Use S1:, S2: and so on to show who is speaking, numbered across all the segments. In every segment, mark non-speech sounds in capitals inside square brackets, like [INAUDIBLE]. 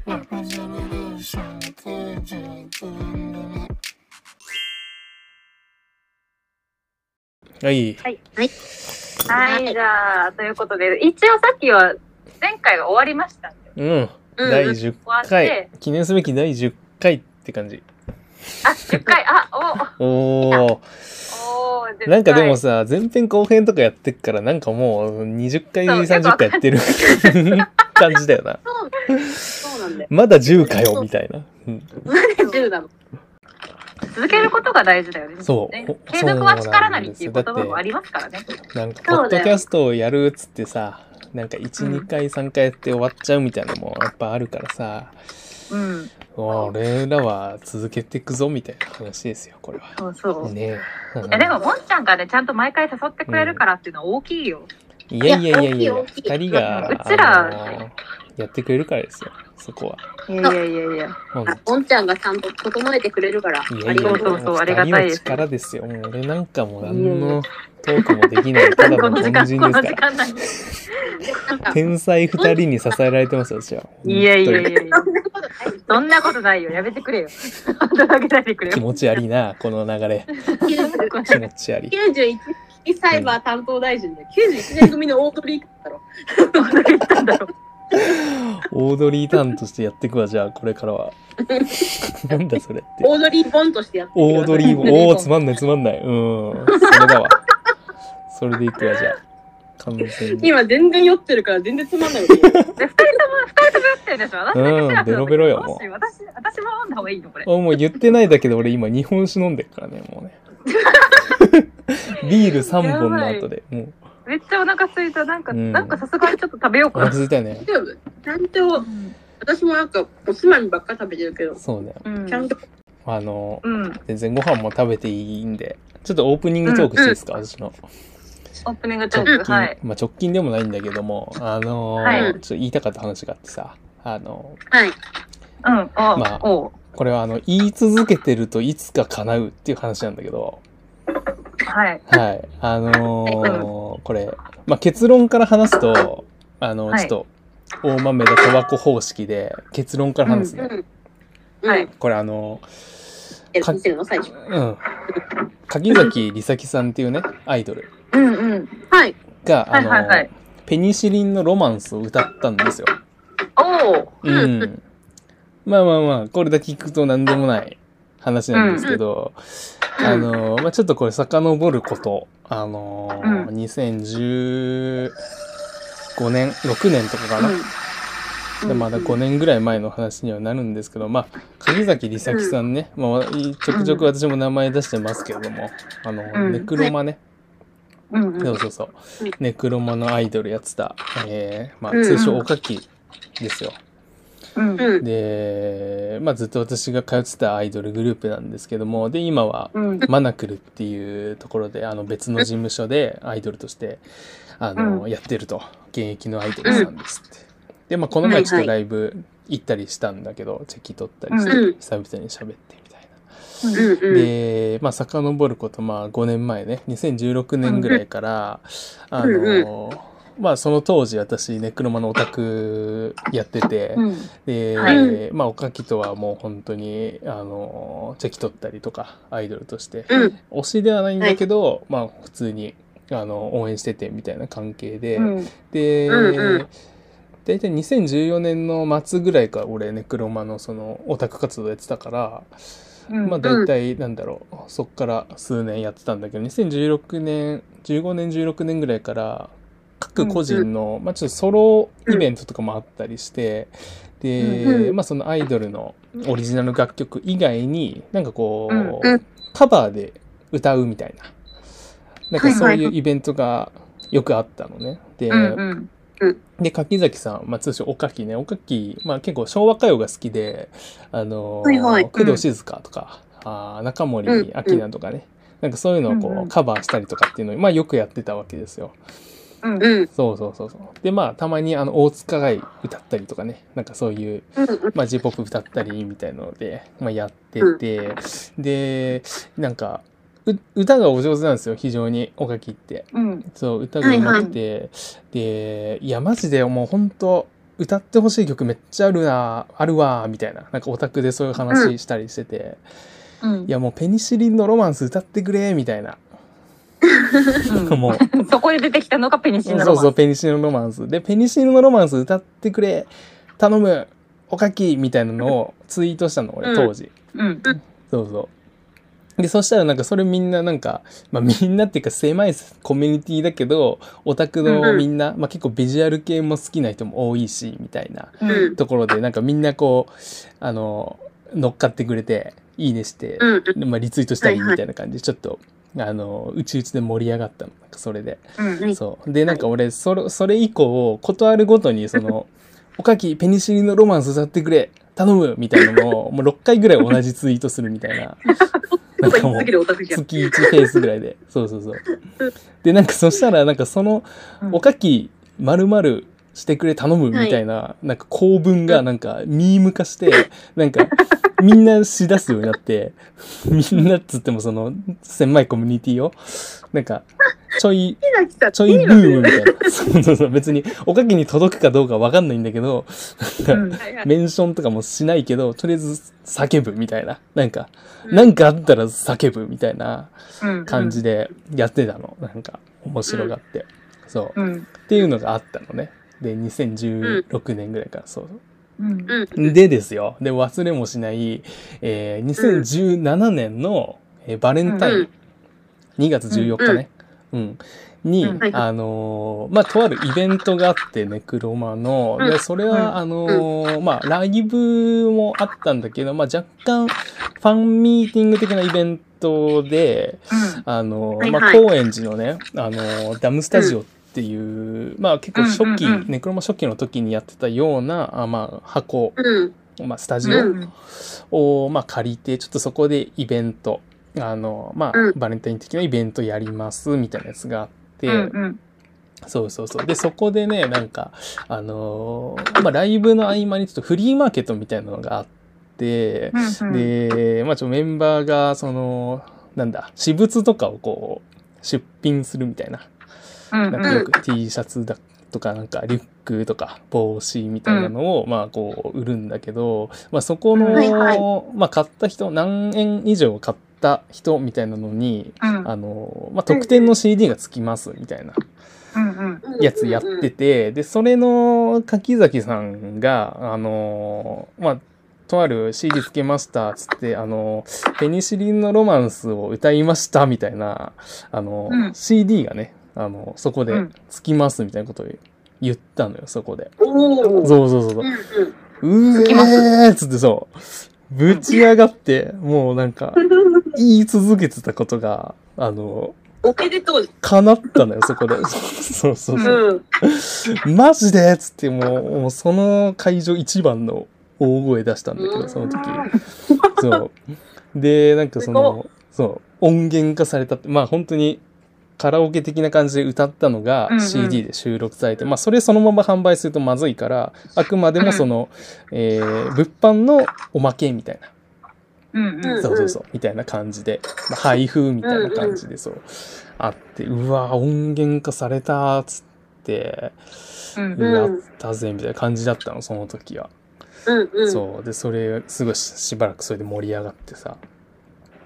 S1: ージェネレーション91年組
S2: はい。
S3: はい、じゃあ、ということで、一応さっきは、前回が終わりましたんで。
S2: うん。
S3: うん
S2: 第10
S3: 終わっ
S2: 回
S3: て、。
S2: 記念すべき第10回って感じ。
S3: あ、10回、あ、
S2: おお。
S3: お、おー、10回
S2: なんかでも、さ、前編後編とかやってっから、なんかもう20回、
S3: そう
S2: 30回やってる [LAUGHS] 感じだよな。
S4: そうなんだよ。
S2: まだ10かよ、みたいな。うん
S4: 10なの。
S3: 続けることが大事だよね。
S2: そう
S3: ね
S2: ほ
S3: 継続は力なりっていう言葉もありますからね。
S2: なんか、ポ
S4: そ
S2: ッ
S4: うだ
S2: ド
S4: よ
S2: キャストをやるっつってさ、なんか1、
S3: うん
S2: 2回、3回やって終わっちゃうみたいなのもやっぱあるからさ、
S3: うん。
S2: 俺らは続けていくぞ、みたいな話ですよ、これは。
S3: そうそう。い
S2: ねえ。うん
S3: やでも、もんちゃんがね、ちゃんと毎回誘ってくれるからっていうのは大きいよ。
S2: いやいやいやい
S4: い
S2: や
S4: や、大きい
S2: 二人が、
S3: うちら
S2: あのやってくれるからですよ、そこは。
S3: いやいやいやいや。
S2: ほん
S4: あ、ボンちゃんがちゃんと整えてくれるから、あ
S2: いやい
S4: り
S2: や
S4: が
S3: そう
S4: と
S3: そうう。そうありがたいで
S2: 二人の
S3: す
S2: 力ですよ。もう俺なんかもう
S3: いや
S2: 何
S3: いや
S2: のトークもでき
S3: [LAUGHS]
S2: ない、ただの
S3: この時
S2: 凡
S3: 間、
S2: 人
S3: こ
S2: で
S3: の
S2: すか
S3: 時
S2: ら。
S3: 間なんで。
S4: なんか、
S2: 天才二人に支えられてますよ、私は。
S3: いやいやいやい
S2: 本
S3: や。そんなことないよ。やめてくれよ。 [LAUGHS] 働けないでくれ
S2: 当に気
S3: よ。
S2: 持ちありな、この流れ。気持ちあり。
S4: 91サイバー担当大臣で、91年組の大鳥だろ。
S3: 驚いたんだろう
S2: オードリーターンとしてやっていくわ、じゃあ、これからは。 [LAUGHS] なんだそれって。
S4: オードリー・ボンとしてやって
S2: オードリーも、
S4: ボン
S2: おー、つまんない、つまんない。うん、それだわ。それでいくわ、じゃあ。完全に。
S4: 今全然酔ってるから全然つまんないよね。
S3: で二人とも、二人とも酔ってるでしょ。私だけシラフなんだけ
S2: う
S3: ど
S2: んベロベロよもう
S3: どしよ私、私も飲んだ方がいいのこ
S2: [LAUGHS]
S3: れ。
S2: あもう言ってないだけど俺今日本酒飲んでるからね
S3: [LAUGHS]
S2: もうねビール3本の後でもう
S3: めっちゃお腹空いた。なんか、
S2: うん
S3: なんかさすがにちょっと食べよう
S2: お
S3: か
S2: 腹空
S3: な。
S2: いたよね
S4: 大丈夫ちゃんと、私もなんかおつまみばっか食べてるけど、
S2: そうね
S3: うん
S4: ちゃんと、
S2: あの
S3: うん。オ
S2: 全然ご飯も食べていいんでちょっとオープニングトークしていいですか、私の
S3: ープニングト
S2: 直
S3: ー
S2: 近、
S3: ク。はい。
S2: まあ、直近でもないんだけどもあのー
S3: はい
S2: ちょっと言いたかった話があってさあの
S4: はい。
S3: うん。おう、
S2: まあ
S3: おう。
S2: これはあの言い続けてるといつか叶うっていう話なんだけど
S3: はい。
S2: はい。あのーこれ、まあ、結論から話すと、あの、
S3: はい
S2: ちょっと、大豆で小箱方式で、結論から話す
S4: う
S2: ね。
S4: ん。
S3: はい。
S2: これあの、
S4: え、見せるの最初。
S2: うん。柿崎梨咲さんっていうね、アイドル
S3: うんうん。
S4: はい。
S2: が、
S3: は
S2: あ
S3: い
S2: の、
S3: はいはい。
S2: ペニシリンのロマンスを歌ったんですよ。
S3: おう。
S2: う。
S4: うん
S2: まあまあまあ、これだけ聞くと何でもない話なんですけど、
S4: うん
S2: あの、まあ、ちょっとこれ遡ること、あの、
S3: うん
S2: 2015年、6年とかかな。でまだ5年ぐらい前の話にはなるんですけど、まあ、鍵崎梨咲さんね、まあ、ちょくちょく私も名前出してますけれども、あの、
S3: うん
S2: ネクロマね、
S3: うんうん。
S2: そうそうそう
S4: うん、
S2: ネクロマのアイドルやってた、えーまあ、
S4: うん
S2: 通称おかきですよ。
S3: うん
S4: うん。うん。
S2: [LAUGHS] で、まあ、ずっと私が通ってたアイドルグループなんですけども、で、今は、
S3: うん。
S2: マナクルっていうところで、あの、別の事務所でアイドルとして、あの、
S3: う
S2: やってると、現役のアイドルさんですって。で、まあ、この前ちょっとライブ行ったりしたんだけど、チェキ取ったりして、
S4: うん
S2: 久々に喋ってみたいな。
S4: うん。うん。
S2: で、まあ、遡ること、まあ、5年前ね、2016年ぐらいから、あの、まあ、その当時私、ネクロマのオタクやってて、
S3: うん。
S2: で、
S3: は
S2: まあおかきとはもう本当にあのチェキ取ったりとかアイドルとして
S4: うん。
S2: 推しではないんだけど、まあ普通にあの応援しててみたいな関係で、
S3: うん。
S2: で、
S4: うんうん
S2: 大体2014年の末ぐらいから俺ネクロマのそのオタク活動やってたから、
S3: うん。
S2: まあ大体なんだろう、そっから数年やってたんだけど2016年15年16年ぐらいから各個人の、まあ、ちょっとソロイベントとかもあったりして、で、
S4: うんうん
S2: まあ、そのアイドルのオリジナル楽曲以外になんかこう、
S4: うんうん
S2: カバーで歌うみたいななんかそう
S4: はい
S2: い
S4: は
S2: うイベントがよくあったのね。で、
S3: うんうん。
S2: で、柿崎さん、まあ、通称おかきね、おかき、まあ、結構昭和歌謡が好きで、あのー
S4: はいはい
S2: 工藤静香とか、あー中森明菜とかね、なんかそういうのをこう、
S3: うんうん
S2: カバーしたりとかっていうのを、まあ、よくやってたわけですよ。
S3: うん。
S4: うん。
S2: そうそうそうそう。で、まあ、たまにあの、大塚愛歌ったりとかね、なんかそういう、
S4: うん。
S2: まあ、J-POP 歌ったりみたいので、まあ、やってて、で、なんか、う歌がお上手なんですよ、非常に、おかきって。
S3: うん。
S2: そう、歌が上手くて、で、いや、マジでもう本当歌ってほしい曲めっちゃあるなあるわみたいななんかオタクでそういう話したりしてて、
S3: うん
S2: いやもうペニシリンのロマンス歌ってくれみたいな、 [LAUGHS] もう
S3: そこで出てきたのがペニシンな
S2: [LAUGHS] そう
S3: の
S2: そう、ペニシリンのロマンス。で、ペニシリンのロマンス歌ってくれ、頼む、おかきみたいなのをツイートしたの、
S4: う
S2: 俺、
S4: ん
S2: 当時。
S3: うん
S2: そうそう。で、そしたらなんかそれみんななんか、まあみんなっていうか狭いコミュニティだけど、オタクのみんな、まあ結構ビジュアル系も好きな人も多いし、みたいな
S3: うん
S4: うん
S2: ところで、なんかみんなこう、あの、乗っかってくれて、いいねして、
S4: うん
S2: でまあリツイートしたり
S4: はいはい
S2: みたいな感じで、ちょっと、あの、うちうちで盛り上がったの、なんかそれで。
S3: うん
S4: はい
S2: そう。で、なんか俺、それ、それ以降、断るごとに、そ
S4: [LAUGHS]
S2: の、おかき、ペニシリンのロマンス歌ってくれ、頼むみたいなのを、もう6回ぐらい同じツイートするみたい
S4: [LAUGHS]
S2: な。
S4: とか言い続けるオタクじゃん。
S2: 月1ペースぐらいで。そうそうそう。で、なんかそしたら、なんかその
S3: う、ん
S2: おかき、まるまるしてくれ頼むみたいな、なんか構文がなんかミーム化して、なんかみんなしだすようにな
S4: [LAUGHS]
S2: って、みんなっつってもその狭いコミュニティを、なんかちょい、
S4: 木崎さん
S2: ちょいブームみたいな。 [LAUGHS] そうそうそう。別におかきに届くかどうかわかんないんだけど、なんか
S4: はいはい
S2: メンションとかもしないけど、とりあえず叫ぶみたいな。なんか、
S4: うん
S2: なんかあったら叫ぶみたいな
S3: うん
S2: 感じでやってたの。なんか、面白がって。そう。
S3: うん
S2: っていうのがあったのね。で、2016年ぐらいから、そう。
S3: うん
S4: うん
S2: でですよ。で、忘れもしない、えー2017年の、えーバレンタイン、
S4: うん
S2: 2月14日ね、うんに、
S3: うん
S4: はい
S2: あのーまあ、とあるイベントがあって、ネクロマの、
S4: うん
S2: で、それは、あのーまあ、ライブもあったんだけど、まあ、若干、ファンミーティング的なイベントで、あの、
S4: はい
S2: まあ、
S4: はい
S2: 高円寺のね、あの、ダムスタジオっていう、まあ結構初期、
S3: うんうんうん
S2: ネクロマ初期の時にやってたような、あまあ、箱、
S4: うん
S2: まあ、スタジ
S4: う
S2: オ
S4: ん
S2: を、まあ、借りて、ちょっとそこでイベント、あの、まあ
S4: うん、
S2: バレンタイン的なイベントやります、みたいなやつがあって、
S3: うん
S2: そうそうそう。で、そこでね、なんか、あのーまあ、ライブの合間にちょっとフリーマーケットみたいなのがあって、
S3: うん
S2: で、まあ、ちょメンバーが、その、なんだ、私物とかをこう、出品するみたいな。
S3: うん
S2: なんかよく T シャツだとか、なんかリュックとか帽子みたいなのを、まあ、こう、売るんだけど、まあ、そこの、
S4: はいは
S2: まあ、買った人、何円以上買った人みたいなのに、
S3: うん
S2: あの、まあ、特典の CD がつきます、みたいな。
S3: うん
S2: やつやってて、で、それの柿崎さんが、あのーまあ、とある CD つけました、つって、あのーペニシリンのロマンスを歌いました、みたいな、あのー
S3: うん
S2: CD がね、あのーそこで
S3: うん
S2: つきます、みたいなことを言ったのよ、そこで。
S4: おー
S2: そうそうそうそうう。
S4: ん
S2: うえーっつってそう。ぶち上がって、もうなんか、
S4: うん
S2: 言い続けてたことが、あの
S4: おめでとう。
S2: ー叶ったのよ、そこで。そうそうそう。
S4: うん。
S2: マジでっつってもう、もうその会場一番の大声出したんだけ
S4: う
S2: ど、
S4: ん
S2: その時。そう。で、なんかその、そう、音源化されたって、まあ本当にカラオケ的な感じで歌ったのが
S3: うんうん
S2: CD で収録されて、まあそれそのまま販売するとまずいから、あくまでもその、えー、物販のおまけみたいな。
S3: うんうん
S2: そうそうそう、みたいな感じで、まあ、配布みたいな感じでそう、あって、うわ、音源化されたっつって、
S3: うん
S4: うん
S2: やったぜみたいな感じだったのその時は、
S4: うんうん。
S2: そうでそれすごいししばらくそれで盛り上がってさ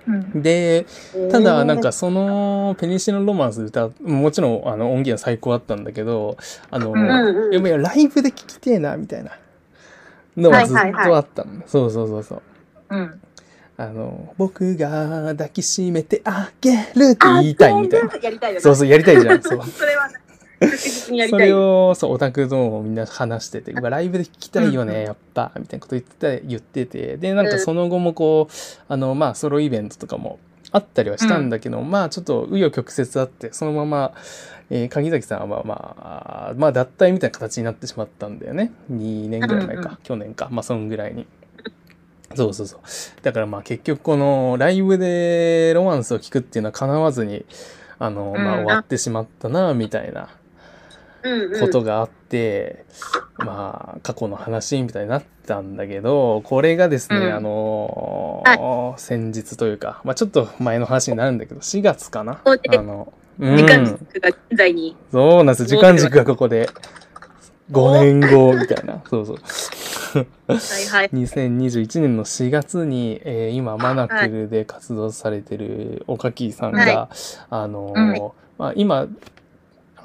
S3: うん
S2: で
S4: う
S2: ただなんかその「ペニシリンロマンス」歌もちろんあの音源は最高だったんだけどあの、
S3: うん
S4: うんうん
S2: いやいやライブで聴きてえなみたいなのはずっ
S3: はいはい
S2: とあったの、そうそうそうそう
S3: うん
S2: あの僕が抱きしめてあげるって言いたいみたいな
S4: やりたいよね。
S2: そうそうやりたいじゃんそう
S4: それは確実にやり
S2: そ
S4: たい。
S2: れをそうオタクどもみんな話してて「うわライブで聞きたいよ
S3: うんう
S2: ね
S3: ん
S2: やっぱ」みたいなこと言ってた言っててでなん
S4: う
S2: か
S4: ん
S2: その後もこうあのまあソロイベントとかもあったりはしたんだけど、まあちょっと紆余曲折あってそのまま、えー鍵崎さんはまあ、まあ、脱退みたいな形になってしまったんだよね2年ぐらい前か、
S3: うんうん
S2: 去年かまあそんぐらいに。そうそうそうだからまあ結局このライブでロマンスを聞くっていうのは叶わずにあの、まあ、
S3: うん
S2: 終わってしまったなみたいな
S4: うんうん
S2: ことがあって、まあ過去の話みたいになったんだけどこれがですね、
S3: うん
S2: あのー先日というか、まあ、ちょっと前の話になるんだけど4月かな
S4: そうね
S2: あの、う
S4: 時間
S2: ん、
S4: 軸が現在に。
S2: そうなんです時間軸がここで5年後みたいな。そうそう。
S4: はいはい。
S2: 2021年の4月に、えー今マナクルで活動されてるおかきさんが、
S4: は
S2: あのー
S3: はい
S2: まあ、今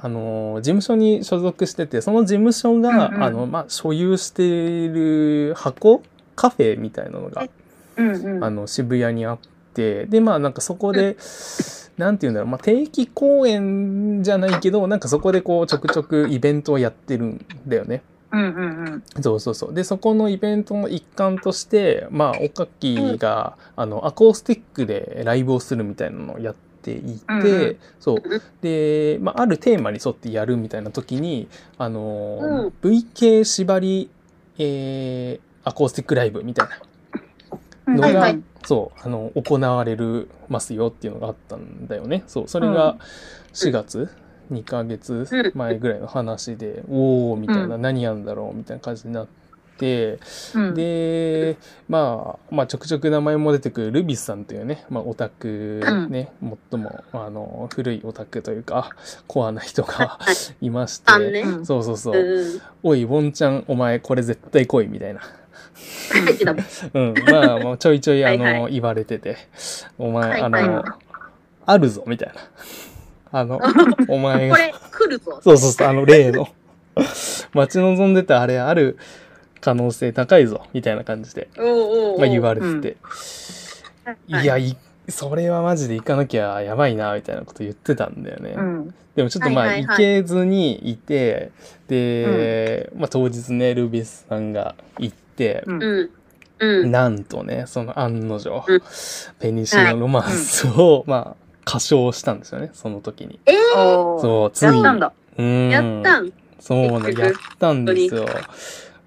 S2: あのー事務所に所属しててその事務所が、
S3: うんうん
S2: あのまあ、所有している箱カフェみたいなのが
S3: うんうん。
S2: あの渋谷にあってでまあなんかそこで、なんて言うんだろう、まあ、定期公演じゃないけどなんかそこでこうちょくちょくイベントをやってるんだよね。
S3: うんうんうん。
S2: そうそうそう。で、そこのイベントの一環として、まあ、おかきが、あの、アコースティックでライブをするみたいなのをやっていて、
S3: うんうん
S2: そう。で、まあ、あるテーマに沿ってやるみたいな時に、あ
S4: う
S2: の
S4: ん、
S2: VK 縛り、えー、アコースティックライブみたいなのが、
S4: はいはい
S2: そう、あの、行われるますよっていうのがあったんだよね。そう、それ
S3: う
S2: が4月、2ヶ月前ぐらいの話で、おー、みたいな、
S3: う
S2: 何やんだろう、みたいな感じになって、
S3: うん、
S2: で、まあ、まあ、ちょくちょく名前も出てくるルビスさんというね、まあ、オタク、ね、最も、あの、古いオタクというか、コアな人がいまし
S4: あん
S2: て、
S4: ね。
S3: うん
S2: そうそうそうう、
S4: ん。
S2: おい、ウォンちゃん、お前、これ絶対来い、みたいな。
S4: 入ってたもん。
S2: うん、まあ、もうちょいちょい、あの、
S4: はい
S2: 言われてて、お
S4: は
S2: 前、
S4: い
S2: あ
S4: はい
S2: の、あるぞ、みたいな。あ
S4: [LAUGHS]
S2: の、お前
S4: こ
S2: が、
S4: れ来るぞ。
S2: そうそうそう、あの、例の、待ち望んでたあれある可能性高いぞ、みたいな感じで、
S4: おうおうおう。
S2: まあ、言われてて、
S3: はい
S2: いや、いそれはマジで行かなきゃやばいな、みたいなこと言ってたんだよね。
S3: うん。
S2: でもちょっとま
S4: は
S2: あ
S4: いはい
S2: 行
S4: はい
S2: けずにいて、で、まあ当日ね、ルビスさんが行って、
S3: うん
S4: うん。うん。
S2: なんとね、その案の定、
S4: うん
S2: ペニシリのロマンスを、まあ、歌唱したんですよね、その時に。
S4: ええー。
S3: おー
S2: そう、つい
S3: やっ
S2: に。
S3: たんだ。
S2: うん。
S4: やったん。
S2: そうね、
S4: 結局
S2: やったんですよ。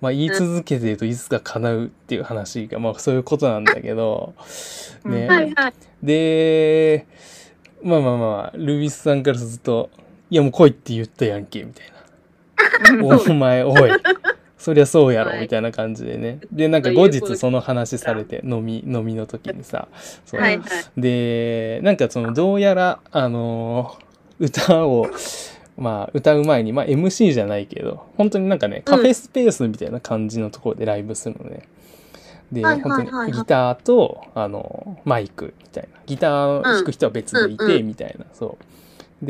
S2: まあ、言い続けてるといつか叶うっていう話が、まあ、そういうことなんだけど、
S3: うん
S2: ね。
S4: はいはい。
S2: で、まあまあまあ、ルビスさんからずっと、いやもう来いって言ったやんけ、みたいな。お前、
S4: [LAUGHS]
S2: おい。そりゃそうやろ、
S4: はい
S2: みたいな感じでね。で、なんか後日その話されて、飲み、飲みの時にさ。そう
S4: はいはい。
S2: で、なんかその、どうやら、あのー歌を、まあ、歌う前に、まあ、MC じゃないけど、本当になんかね、カフェスペースみたいな感じのところでライブするのね。で、
S4: はい
S2: 本
S4: はいはいは
S2: 当に
S4: い
S2: ギターと、あの、マイクみたいな。ギターを弾く人は別でい
S4: うんうん
S2: て、
S4: う
S2: みたいな、そう。
S4: うんう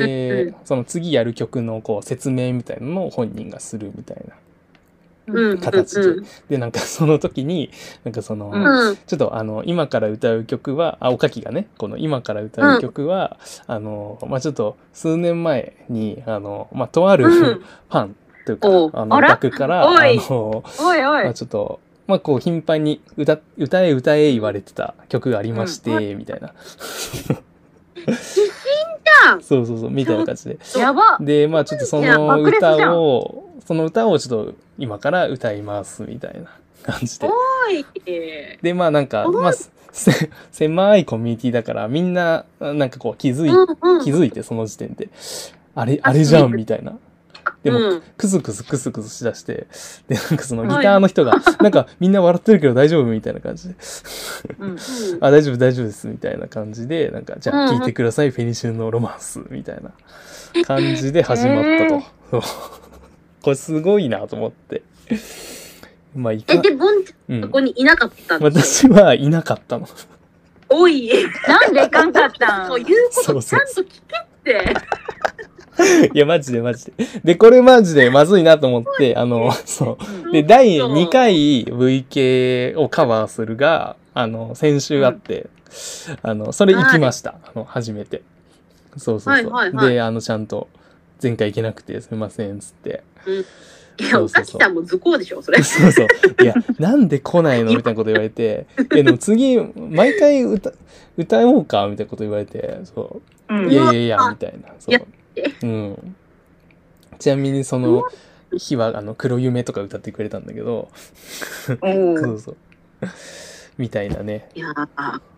S2: で
S4: ん、
S2: その次やる曲のこう説明みたいなのを本人がするみたいな
S4: うん。
S2: 形
S4: う
S2: で
S4: ん。。
S2: で、なんかその時に、なんかその、
S3: うん
S4: うん。
S2: ちょっとあの、今から歌う曲は、あ、おかきがね、この今から歌う曲は、あの、まあ、ちょっと数年前に、あの、まあ、とある
S4: う
S2: フ
S4: ん
S2: ァンというか、
S3: おう
S2: あの、
S3: あら
S2: オタクから、
S3: お
S2: あ
S3: い
S2: の、
S3: おいお
S2: まあ、
S3: い。
S2: ちょっと、まあ、こう、頻繁に歌、歌え歌え言われてた曲がありまして、みたいな。
S4: ゃん
S2: そうそうそう、みたいな感じで。
S3: やば。
S2: で、まあ、ちょっとそ
S3: いや
S2: の
S3: 爆裂じゃん
S2: 歌を、その歌をちょっと今から歌います、みたいな感じで。
S4: はい。
S2: で、まあなんか、
S4: お
S2: まあ、せせ狭いコミュニティだから、みんな、なんかこう気づい、
S4: うんうん
S2: 気。づいて、その時点で。あれ、あれじゃん、みたいな。でも、
S4: うん
S2: クスクスクスクスしだして、で、なんかそのギターの人が、なんかみんな笑ってるけど大丈夫みたいな感じで、
S3: うん。
S2: あ、大丈夫大丈夫です、みたいな感じで、なんか、じゃあ
S4: うんうん
S2: 聞いてください、フェニシュンのロマンス、みたいな感じで始まったと。そう [LAUGHS] これすごいなと思って。まあ、い
S4: え、
S2: か
S4: で、、ボンちゃん
S2: う
S4: そ
S2: ん。
S4: こにいなかったんです
S2: 私はいなかったの。
S4: おい、
S3: なんでいかんかったん
S4: そういうこ
S2: そう
S4: とち
S2: そ
S4: ゃ
S2: うん
S4: と聞けって。
S2: [LAUGHS] いや、マジでマジで。で、これマジでまずいなと思って、あの、そう。で、第2回 VK をカバーするが、あの、先週あって、あの、それ行きました。あの、初めて。そうそうそう。
S4: はいはいはい
S2: で、あの、ちゃんと、前回行けなくてすみません、つって。 [LAUGHS]
S4: いや、
S2: そう
S4: お
S2: そ
S4: か
S2: うそう
S4: きさんも図工でしょ、それ。
S2: そうそう。いや、なんで来ないのみたいなこと言われて、いや、でも次、毎回歌、歌おうかみたいなこと言われて、そう。
S3: うん
S2: い
S4: や
S2: やいやいや、
S4: あ
S2: みたいな。そ
S4: やっ
S2: う。うん。ちなみにその日は、あの、黒夢とか歌ってくれたんだけど、
S3: お
S2: そ
S3: ー
S2: うそう。みたいなね。
S4: いやー、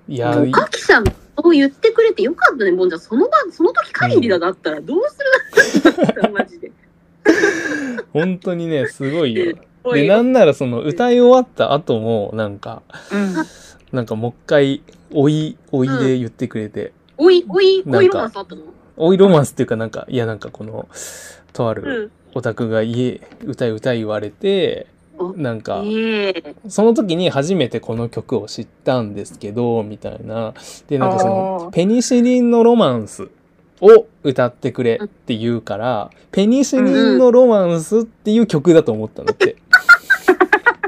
S2: いや、
S4: おかきさん、そう言ってくれてよかったね、ボンちゃん。その場、その時限りだだったら、どうするマジで。
S2: 本当にね、すごいよ。
S4: お
S2: で、
S4: い
S2: なんならその歌い終わった後も、なんか、
S3: うん。
S2: なんかもう一回、おい、おいで言ってくれて、
S4: おい、おい、
S2: なんか
S4: おいロマンスあったの
S2: おいロマンスっていうかなんか、いやなんかこの、とあ
S4: う
S2: る
S4: ん。
S2: オタクが家歌い歌い言われて
S4: お
S2: なんか
S4: ええ
S2: その時に初めてこの曲を知ったんですけどみたいなでなんかそ
S3: お
S2: の
S3: ー
S2: ペニシリンのロマンスを歌ってくれって言うからペニシリンのロマンスっていう曲だと思ったんだって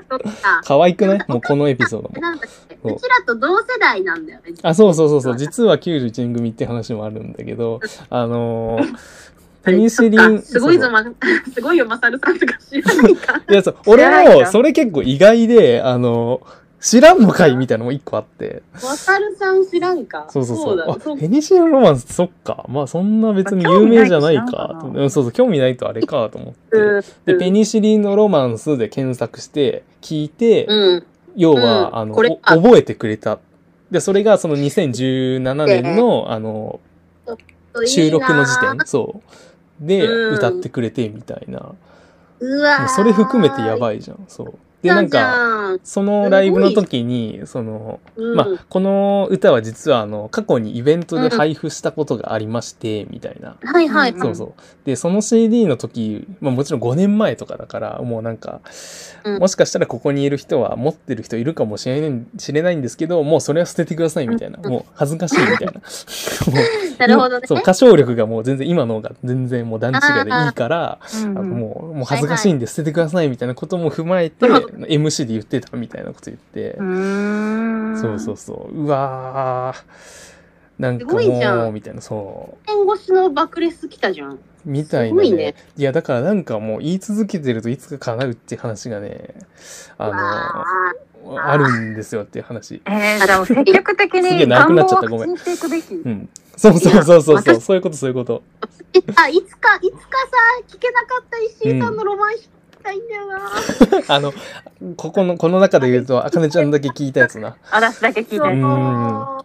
S4: そっか。
S2: 可愛くないもうこのエピソードも
S4: なんだっけ
S2: そう
S4: うちらと同世代なんだよね。
S2: あ、そうそうそうそう。実は91人組って話もあるんだけど、あのーペニシリ
S4: そっ
S2: ン。
S4: かすご
S2: そ
S4: い
S2: う
S4: ぞ、
S2: そう
S4: ま、すごいよ、マサルさんとか知らないか。
S2: いや、そう、
S3: らないんだ
S2: 俺も、それ結構意外で、あのー知らんのかいみたいなのも一個あって。
S4: マサルさん知らんか。
S2: そうそうそう。
S4: だ、そう
S2: あ、ペニシリンロマンス、そっか。まあ、そんな別に有名じゃない
S3: まあ興味ない
S2: か。
S3: し
S2: う
S3: なん
S2: そうそう、興味ないとあれかと思って。
S4: うん
S2: で、ペニシリンのロマンスで検索して、聞いて、
S4: うん。
S2: 要は、
S4: うん
S2: あの
S4: これ
S2: お覚えてくれた。で、それがその2017年の、あのー、収録の時
S4: いい
S2: 点
S4: な
S2: そうで、
S4: うん
S2: 歌ってくれてみたいなも
S4: うわ
S2: うそれ含めてや
S4: い
S2: ばいじゃんそうでなんかそのライブの時にその、まあこの歌は実はあの過去にイベントで配布したことがありまして、みたいな
S4: はいはい
S3: うん
S4: は
S2: そ
S4: いう
S2: そうでその CD の時、まあ、もちろん5年前とかだからもうなんか、
S4: うん
S2: もしかしたらここにいる人は持ってる人いるかもしれない知れないんですけどもうそれは捨ててくださいみたいな、
S4: うん
S2: もう恥ずかしいみ
S4: [LAUGHS]
S2: たいなもう
S4: なるほどね
S2: そう歌唱力がもう全然今の方が全然もう段違いでいいから
S3: うん
S2: あの
S3: うん
S2: もうもう恥ずかしいんで捨ててくださいみたいなことも踏まえて、
S4: なるほ
S2: MC で言ってたみたいなこと言って、
S3: うーん
S2: そうそうそううわーなんか
S4: すごいじゃ
S2: もうんみたいなそう
S4: 天越しの爆レス来たじゃん
S2: みたい
S4: すご
S2: な、ね
S4: いね
S2: いやだからなんかもう言い続けてるといつか叶うって話がねあ
S4: あ
S2: のあるんですよっていう話。
S3: えー、じゃあもう積極的
S2: すげえ
S3: に
S2: 長く
S3: 願
S2: な
S3: 望
S2: っちゃ
S3: を
S2: ったごめん
S3: 発信していくべき。
S2: うん、そうそうそうそうそう
S4: 私
S2: そういうことそういうこと。 [LAUGHS]
S4: あいつかいつかさ聞けなかった石井さんのロマン聞きたいんだよな、
S2: あのここのこの中で言うとあかねちゃんだけ聞いたやつな。
S3: 私だけ聞い
S4: そう
S3: てる。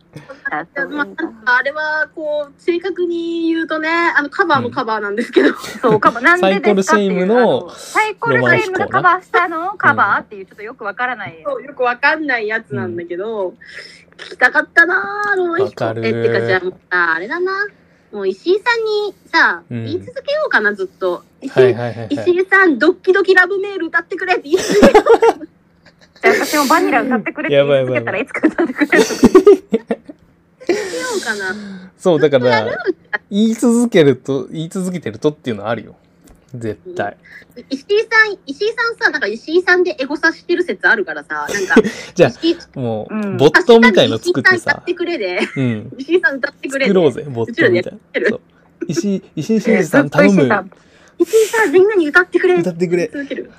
S4: まあ、あれはこう正確に言うとねあのカバーもカバーなんですけど、
S3: そうかもなんでですかって
S2: サイコロシェイ
S3: い
S2: ム
S3: う
S2: の
S3: あのサイコロシェイムのカバーしたのをカバーっていうちょっとよくわからない。
S4: そうよくわかんないやつなんだけど、聞きたかったなあロマン
S2: わかる
S4: えってかじゃあもうさあれだなもう石井さんにさ、
S2: うん
S4: 言い続けようかなずっと石井
S2: はいはいはい、は
S4: 石
S2: い。
S4: 井さん、ドッキドキラブメール歌ってくれって言い続けよ
S3: じゃあ私もバニラ歌ってくれって
S2: やばい
S3: 言い
S2: やばいやば
S3: つけたら
S2: い
S3: いつか歌ってくれると
S4: う
S2: [LAUGHS]
S4: かな。
S2: そうだか
S4: ずっ
S2: ら
S4: とやる
S2: 言い続けると言い続けてるとっていうのはあるよ。絶対。
S4: 石井さん、石井さんさ、なんか石井さんでエゴサしてる説あるからさ、なんか、
S2: [LAUGHS] じゃあ
S4: 石井
S2: もう、
S3: うん
S2: ボットみたいの作っ
S4: ハッ
S2: て
S4: シュタグ石井さん歌
S2: さ
S4: っ、てくれで、
S2: うん、
S4: 石井さん歌ってくれ
S2: 作ろう
S4: で、
S2: ぜボッ
S4: うちら
S2: ト
S4: で
S2: み
S4: や
S2: たい
S4: って
S2: な。そ
S4: る
S2: う。石井石井真二
S3: 思う。
S2: [LAUGHS] さん頼む。
S4: 石井さん、みんなに歌ってくれ
S2: 歌ってくれ
S4: 続ける。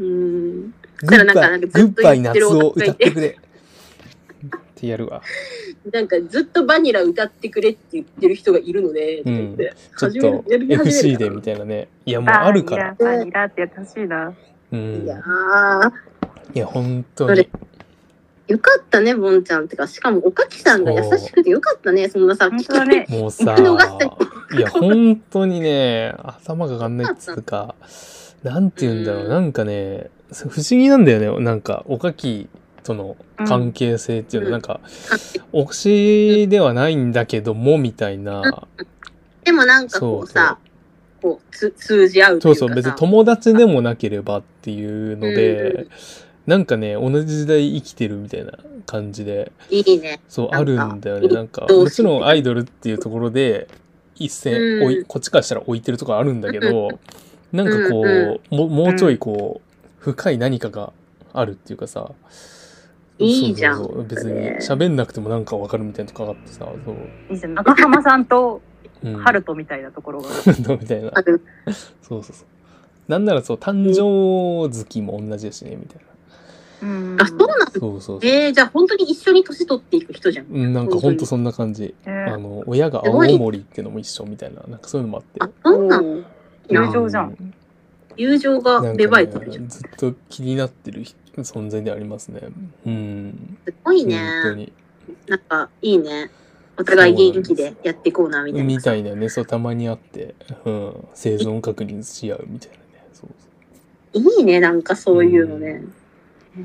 S4: うーん。
S2: グ
S4: ら
S2: ッ
S4: なん
S2: バ
S4: か
S2: イ
S4: なんか
S2: グ
S4: ずっ
S2: ッ
S4: と
S2: バ
S4: 言
S2: イ
S4: って
S2: 夏
S4: る
S2: を
S4: 男が
S2: 歌っ
S4: いて
S2: て [LAUGHS] くれ。ってやるわ。
S4: なんかずっとバニラ歌ってくれって言ってる人がいるので、って言って
S2: ちょっ
S4: 始める
S2: と
S4: やり始
S2: FC
S4: め
S2: で
S4: る
S2: みたいなね。いやもうあるから。
S3: バニラバニラってやってほしいな。
S2: う
S4: い
S2: ん。
S4: やー、
S2: いや本当
S4: そ
S2: に
S4: れ。よかったね、ボンちゃん。てか、しかも、おかきさんが優しくてよかったね、そんなさ、
S3: 本当だね。
S2: もうさ
S4: 逃した、
S2: いや、本当にね、頭が上がんないっつうか、なんて言うんだろう、
S4: うん
S2: なんかね、不思議なんだよね、なんか、おかきとの関係性っていうの、
S4: うん
S2: なんか、推しではないんだけども、みたいな、
S4: でもなんかこうさ、こうつ通じ合うとい
S2: そうう
S4: かさ
S2: そう、別に友達でもなければっていうので、なんかね、同じ時代生きてるみたいな感じで、
S4: いいね。
S2: そう、
S4: な
S2: あ
S4: んか
S2: るんだよね。なんか、
S4: どう
S2: もちろんアイドルっていうところで、一線、
S4: うん
S2: 置いこっちからしたら置いてるとこあるんだけど、なんかこう
S4: う、
S2: ももうちょいこう、深い何かがあるっていうかさ、
S4: いいじゃん
S2: そうそうそう別
S4: そ
S2: に
S4: れ
S2: 喋んなくてもなんかわかるみたいなとこがあってさ、そう。
S3: いいじゃん。中浜さんと
S2: うん、
S3: ハルトみたいなところが。
S2: どう [LAUGHS] みたいな。
S4: ある
S2: そうそうそう。なんならそう、誕生月も同じだしね、みたいな。
S3: うん
S4: あ、そうな
S2: そ
S4: の
S2: うそうそう。
S4: えー、じゃあ本当に一緒に年取っていく人じゃん。
S2: うんなんかほんとそんな感じ。
S3: え
S2: あ
S3: ー
S2: の、親が青森ってのも一緒みたいな、なんかそういうのもあって。
S4: あ、そうなの
S3: 友情じゃん。
S2: ん。
S4: 友情
S2: な
S4: が
S2: んかね
S4: 芽生えてるじゃん。
S2: ずっと気になってる存在でありますね。うん。
S4: すごいね。
S2: 本当に。
S4: なんか、いいね。お互い元気でやっていこうな、みたいな
S2: み。たいなね、そう、たまにあって、うん、生存確認し合うみたいなね。そう
S4: いいね、なんかそういうのね。へ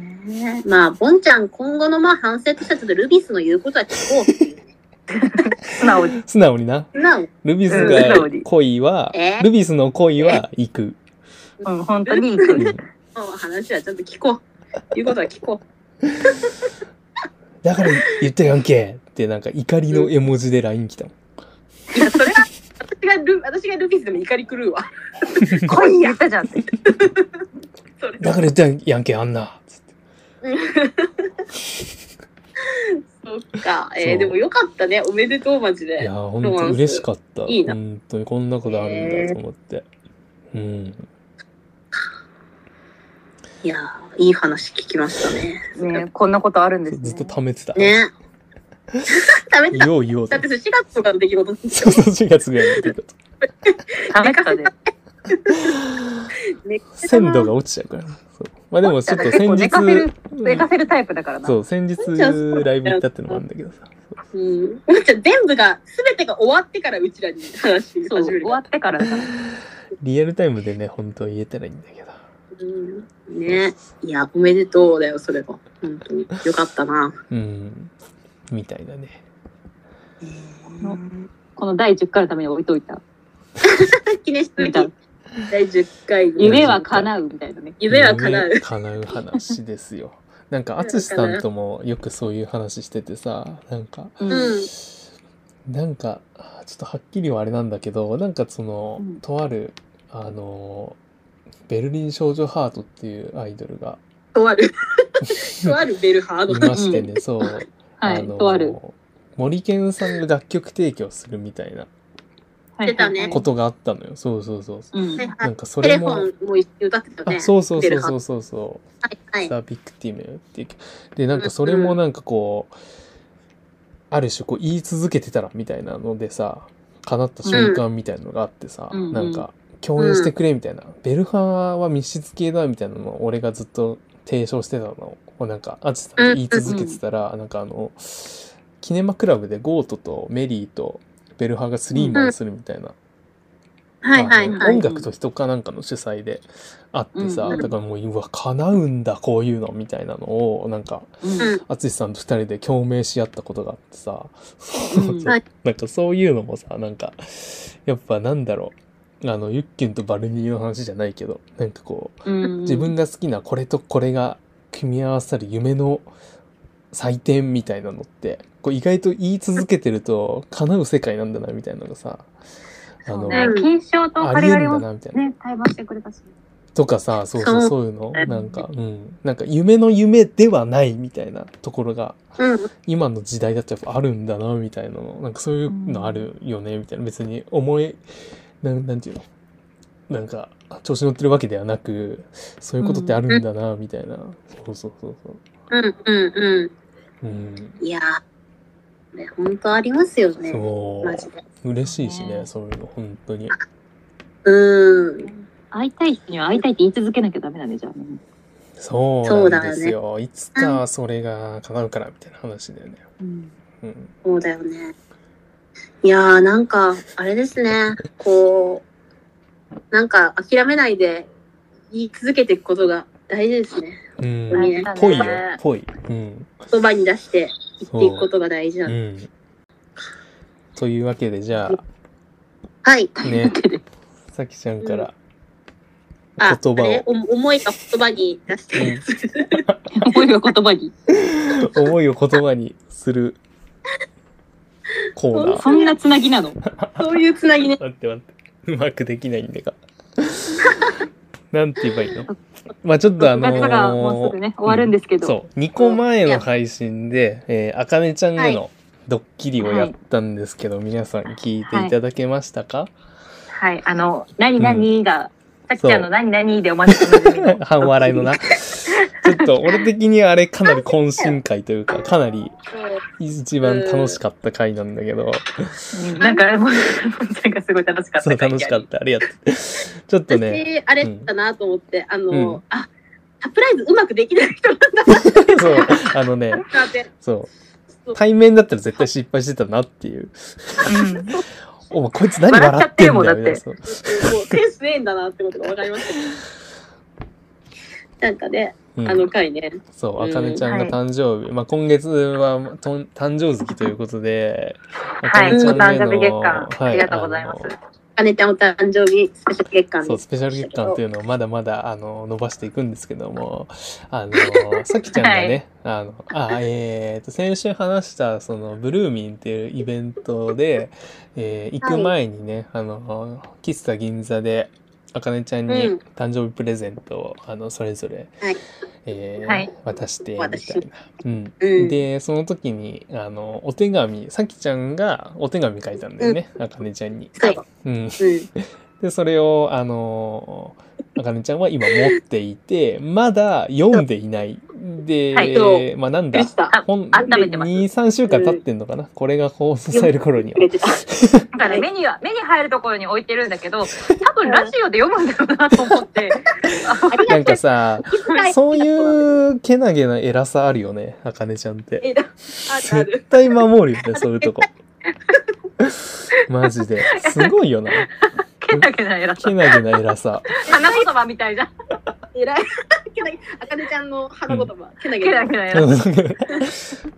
S4: ーまあ、ボンちゃん、今後のまあ反省としては、ちょっとルビスの言うことは聞こうっていうね。
S3: 素直に。
S2: 素直にな。
S4: なお、
S2: ルビス
S3: うん
S2: が
S3: 素直に
S2: 恋は
S4: え、
S2: ルビスの恋は行く。
S3: うん、本当に行く。
S4: 話はちゃんと聞こう。いうことは聞こ
S2: だから言ったやんけってなんか怒りの絵文字で LINE 来たもん。
S4: う。いや、それが、私がル、私がルビーズでも怒り狂うわ。
S3: 来いやったじゃんって。
S4: それ
S2: だから言ったやんけあんな。つって
S4: そっか。
S2: そ
S4: え
S2: う
S4: ー、でもよかったね。おめでとう、マジ
S2: い
S4: で
S2: や。ー、ほんと嬉しかった。
S4: いいな
S2: 本当にこんなことあるんだと思って。うん。
S4: いやー、いい話聞きましたね。
S3: ねこんなことあるんですね。
S2: ずっと溜めてた。
S4: ね。 [LAUGHS] 食べた。
S2: 言おう言おうと
S4: だっ。てそれ4月とかの出来事ね
S2: そうそう、4月ぐらいの出来事。
S3: 食べたで。
S2: 鮮度が落ちちゃうから。そうまあでもちょっと先
S3: 結構寝かせる
S2: 日、、
S3: 寝かせるタイプだからな。
S2: そう、先日ライブ行ったってのもあるんだけどさ。
S4: うん。もっちゃん全部が、すべてが終わってからうちらに話し始める
S3: そう
S4: から。
S3: 終わってからだから。
S2: リアルタイムでね、本当は言えたらいいんだけど。
S4: うんねいや、おめでとうだよ、それは。本当に。よかったな。
S2: うん。みたいだね。
S3: この第10回のために置いといた。
S4: 記念しとき第10回に
S2: 夢
S3: 夢
S2: は
S3: は
S2: 叶
S3: 叶うみたいなね。
S4: 夢は叶う
S2: 夢。叶う話ですよ。なんか、淳さんともよくそういう話しててさ、なんか、
S3: う
S4: うん。
S2: なんか、ちょっとはっきりはあれなんだけど、なんかその、
S3: うん
S2: とある、あの、ベルリン少女ハートっていうアイドルが [LAUGHS]
S4: とある。とあるベルハード
S2: い。ましてね、そう、
S3: は
S2: あ
S3: い、
S2: の
S3: とある。
S2: 森健さんが楽曲提供するみたいな
S3: はい
S4: 出たね
S2: ことがあったのよ。そうそうそう。
S3: うん
S4: はい。
S2: な
S4: は
S2: ん
S4: い。
S2: かそ
S4: テ
S2: れ
S4: レ
S2: も、
S4: フォンも一緒に歌ってたね。
S2: あ、そうそう
S4: ベ
S2: そ
S4: ル
S2: う
S4: ハー
S2: そ
S4: ド
S2: うそうそう。
S4: はいはい。
S2: ザ・ビッグティムっていうでなんかそれもなんかこう、ある種こう言い続けてたらみたいなのでさ叶った瞬間みたいなのがあってさ、
S3: うん
S2: なんか共演してくれみたいな、ベルハーは密室系だみたいなのを俺がずっと提唱してたのをなんかアジさんと言い続けてたら、なんかあのキネマクラブでゴートとメリーとベルハーがスリーマンするみたいな、
S4: はいはい
S2: あ
S4: は
S2: の
S4: い
S2: 音。楽と人かなんかの主催であってさ、
S3: うんうん
S2: だからもううわ叶うんだこういうのみたいなのをなんか
S4: うん。
S2: 淳さんと2人で共鳴し合ったことがあってさ、
S3: うん
S2: なんか [LAUGHS] そういうのもさなんかやっぱなんだろうあのユッキュンとバルニーの話じゃないけどなんかこう
S3: うん
S2: 自分が好きなこれとこれが組み合わさる夢の祭典みたいなのってこう意外と言い続けてると叶う世界なんだなみたいなのがさあ
S3: そう
S2: の、
S3: ね、金賞と
S2: あ
S3: カ
S2: り
S3: リ
S2: える
S3: ガ
S2: ん
S3: リ
S2: だ
S3: も
S2: なみたいな。
S3: ね、対話してくれたし。
S2: とかさ、そうそう、
S4: そう
S2: そういうの、
S3: うん
S2: なんか、うん。なんか、夢の夢ではないみたいなところが、
S4: うん。
S2: 今の時代だとやっぱあるんだな、みたいなの。なんか、そういうのあるよね、みたいな。別に、思い、なん、なんていうのなんか、調子乗ってるわけではなく、そういうことってあるんだな、みたいな。そうそうそうそう。
S4: うん。うん。
S2: うん。
S4: うん。いやー。これ本当ありますよね。
S2: そ
S4: マジで。
S2: う。嬉しいしね、
S3: ね
S2: そういうの、本当に。
S4: うん。
S3: 会いたい人には会いたいって言い続けなきゃダメなんで、じゃあね。
S2: そ
S4: そうう
S2: なん
S4: だ
S2: で
S4: よね
S2: すよ。いつかそれが叶うから、みたいな話だよね。
S3: うん。
S2: うん。
S4: そうだよね。いやー、なんか、あれですね。こう、なんか諦めないで言い続けていくことが大事ですね。
S2: うん。
S4: 大事だね
S2: ぽいよ、ぽい。うん。
S4: 言葉に出して言っていくことが大事だ、
S2: うん。というわけで、じゃ
S4: はい。
S2: あ、ね、
S3: で
S2: さきちゃんから、
S4: あ、
S2: 言葉を
S4: あれお思いが言葉に出して。
S3: 思いを言葉に。
S2: 思いを言葉にするコーナ
S3: そんなつなぎなの。
S4: そういうつなぎね。
S2: ー。待って待って。うまくできないんだが。 [LAUGHS] なんて言えばいいのまあちょっとあ
S3: 6
S2: の
S3: 月がもうすぐね、終わるんですけ
S2: す
S3: ど。
S2: そう、2個前の配信で、えーあかねちゃんへのドッキリをやったんですけど、皆さん聞いていただけましたか、
S3: はい、あの、何々が、さきちゃん
S2: そう
S3: の何々でお待ちしてます。 [LAUGHS]
S2: 半笑いのな。ちょっと俺的にあれかなり懇親会と
S3: [LAUGHS]
S2: いうか、かなり一番楽しかった回なんだけど、
S3: うんなんか、もう、 [LAUGHS] なんかすごい楽しか
S2: [LAUGHS]
S3: った。
S2: そう楽しかった。ありがとう。 [LAUGHS] ちょっとね、
S4: 私、あれだなと思って、あの、
S2: うん
S4: あ、サプライズうまくできない人なんだ
S2: そう、あのね、
S4: なって。
S2: そう、対面だったら絶対失敗してたなっていう。
S3: うん。
S2: お前こいつ何笑ってんだよ、みた
S3: 笑
S2: い
S3: っ
S2: な。
S3: ち
S2: そう
S4: もうセンスねえんだなってことが分かりました。なんかね、
S2: うん
S4: あの回ね。
S2: そう、
S4: う
S2: あ
S4: ん
S2: かねちゃんが誕生日、まあ、今月はとん誕生月ということで、あ
S3: はい、
S4: お
S3: ご
S4: 誕
S3: 誕生日月間、ありがとうございま。
S2: はい
S3: す。
S4: あねちゃんお誕生日スペシャル月間
S2: あのそう、
S4: です。
S2: スペシャル月間っていうのをまだまだ、あの、伸ばしていくんですけども、あの、
S4: [LAUGHS]
S2: さきちゃんがね、あの、あ、えっ、と、先週話した、その、ブルーミンっていうイベントで、えー行く前にね、あの、喫茶銀座で、あかねちゃんに
S4: うん
S2: 誕生日プレゼントを、あの、それぞれ、
S4: はい
S2: えー
S3: はい
S2: 渡して、みたい
S4: 渡し
S2: な。うん。
S4: うん
S2: で、その時に、あの、お手紙、さきちゃんがお手紙書いたんだよね、あかねちゃんに。
S4: はい。
S2: うん。
S4: うん。
S2: で、それを、あの、あかねちゃんは今持っていて、まだ読んでいない。で、
S3: はい
S4: そ
S2: まあなんだ
S4: で、した。
S3: あ
S2: 本、
S3: 温めてます
S2: 2、3週間経ってんのかな、これが放送される頃に
S4: く
S2: は。
S4: れ
S2: [LAUGHS]
S4: てた。
S3: なんかね、目には、目に入るところに置いてるんだけど、多分ラジオで読むんだろうなと思って。
S4: あり
S2: な
S4: が
S2: ん
S4: と
S2: か
S4: う
S2: さ、そういうけなげな偉さあるよね、あかねちゃんって。
S4: えだある
S2: 絶対守るよね、そういうとこ。マジで。すごいよな。
S3: けなけな偉そ
S2: け
S3: う。
S2: なげな偉さ。
S3: 花言葉みたいじゃん。
S4: えらい。 [LAUGHS] けなげあかねちゃんの花言葉。けなげ
S3: け
S4: だ
S3: なけな偉そう。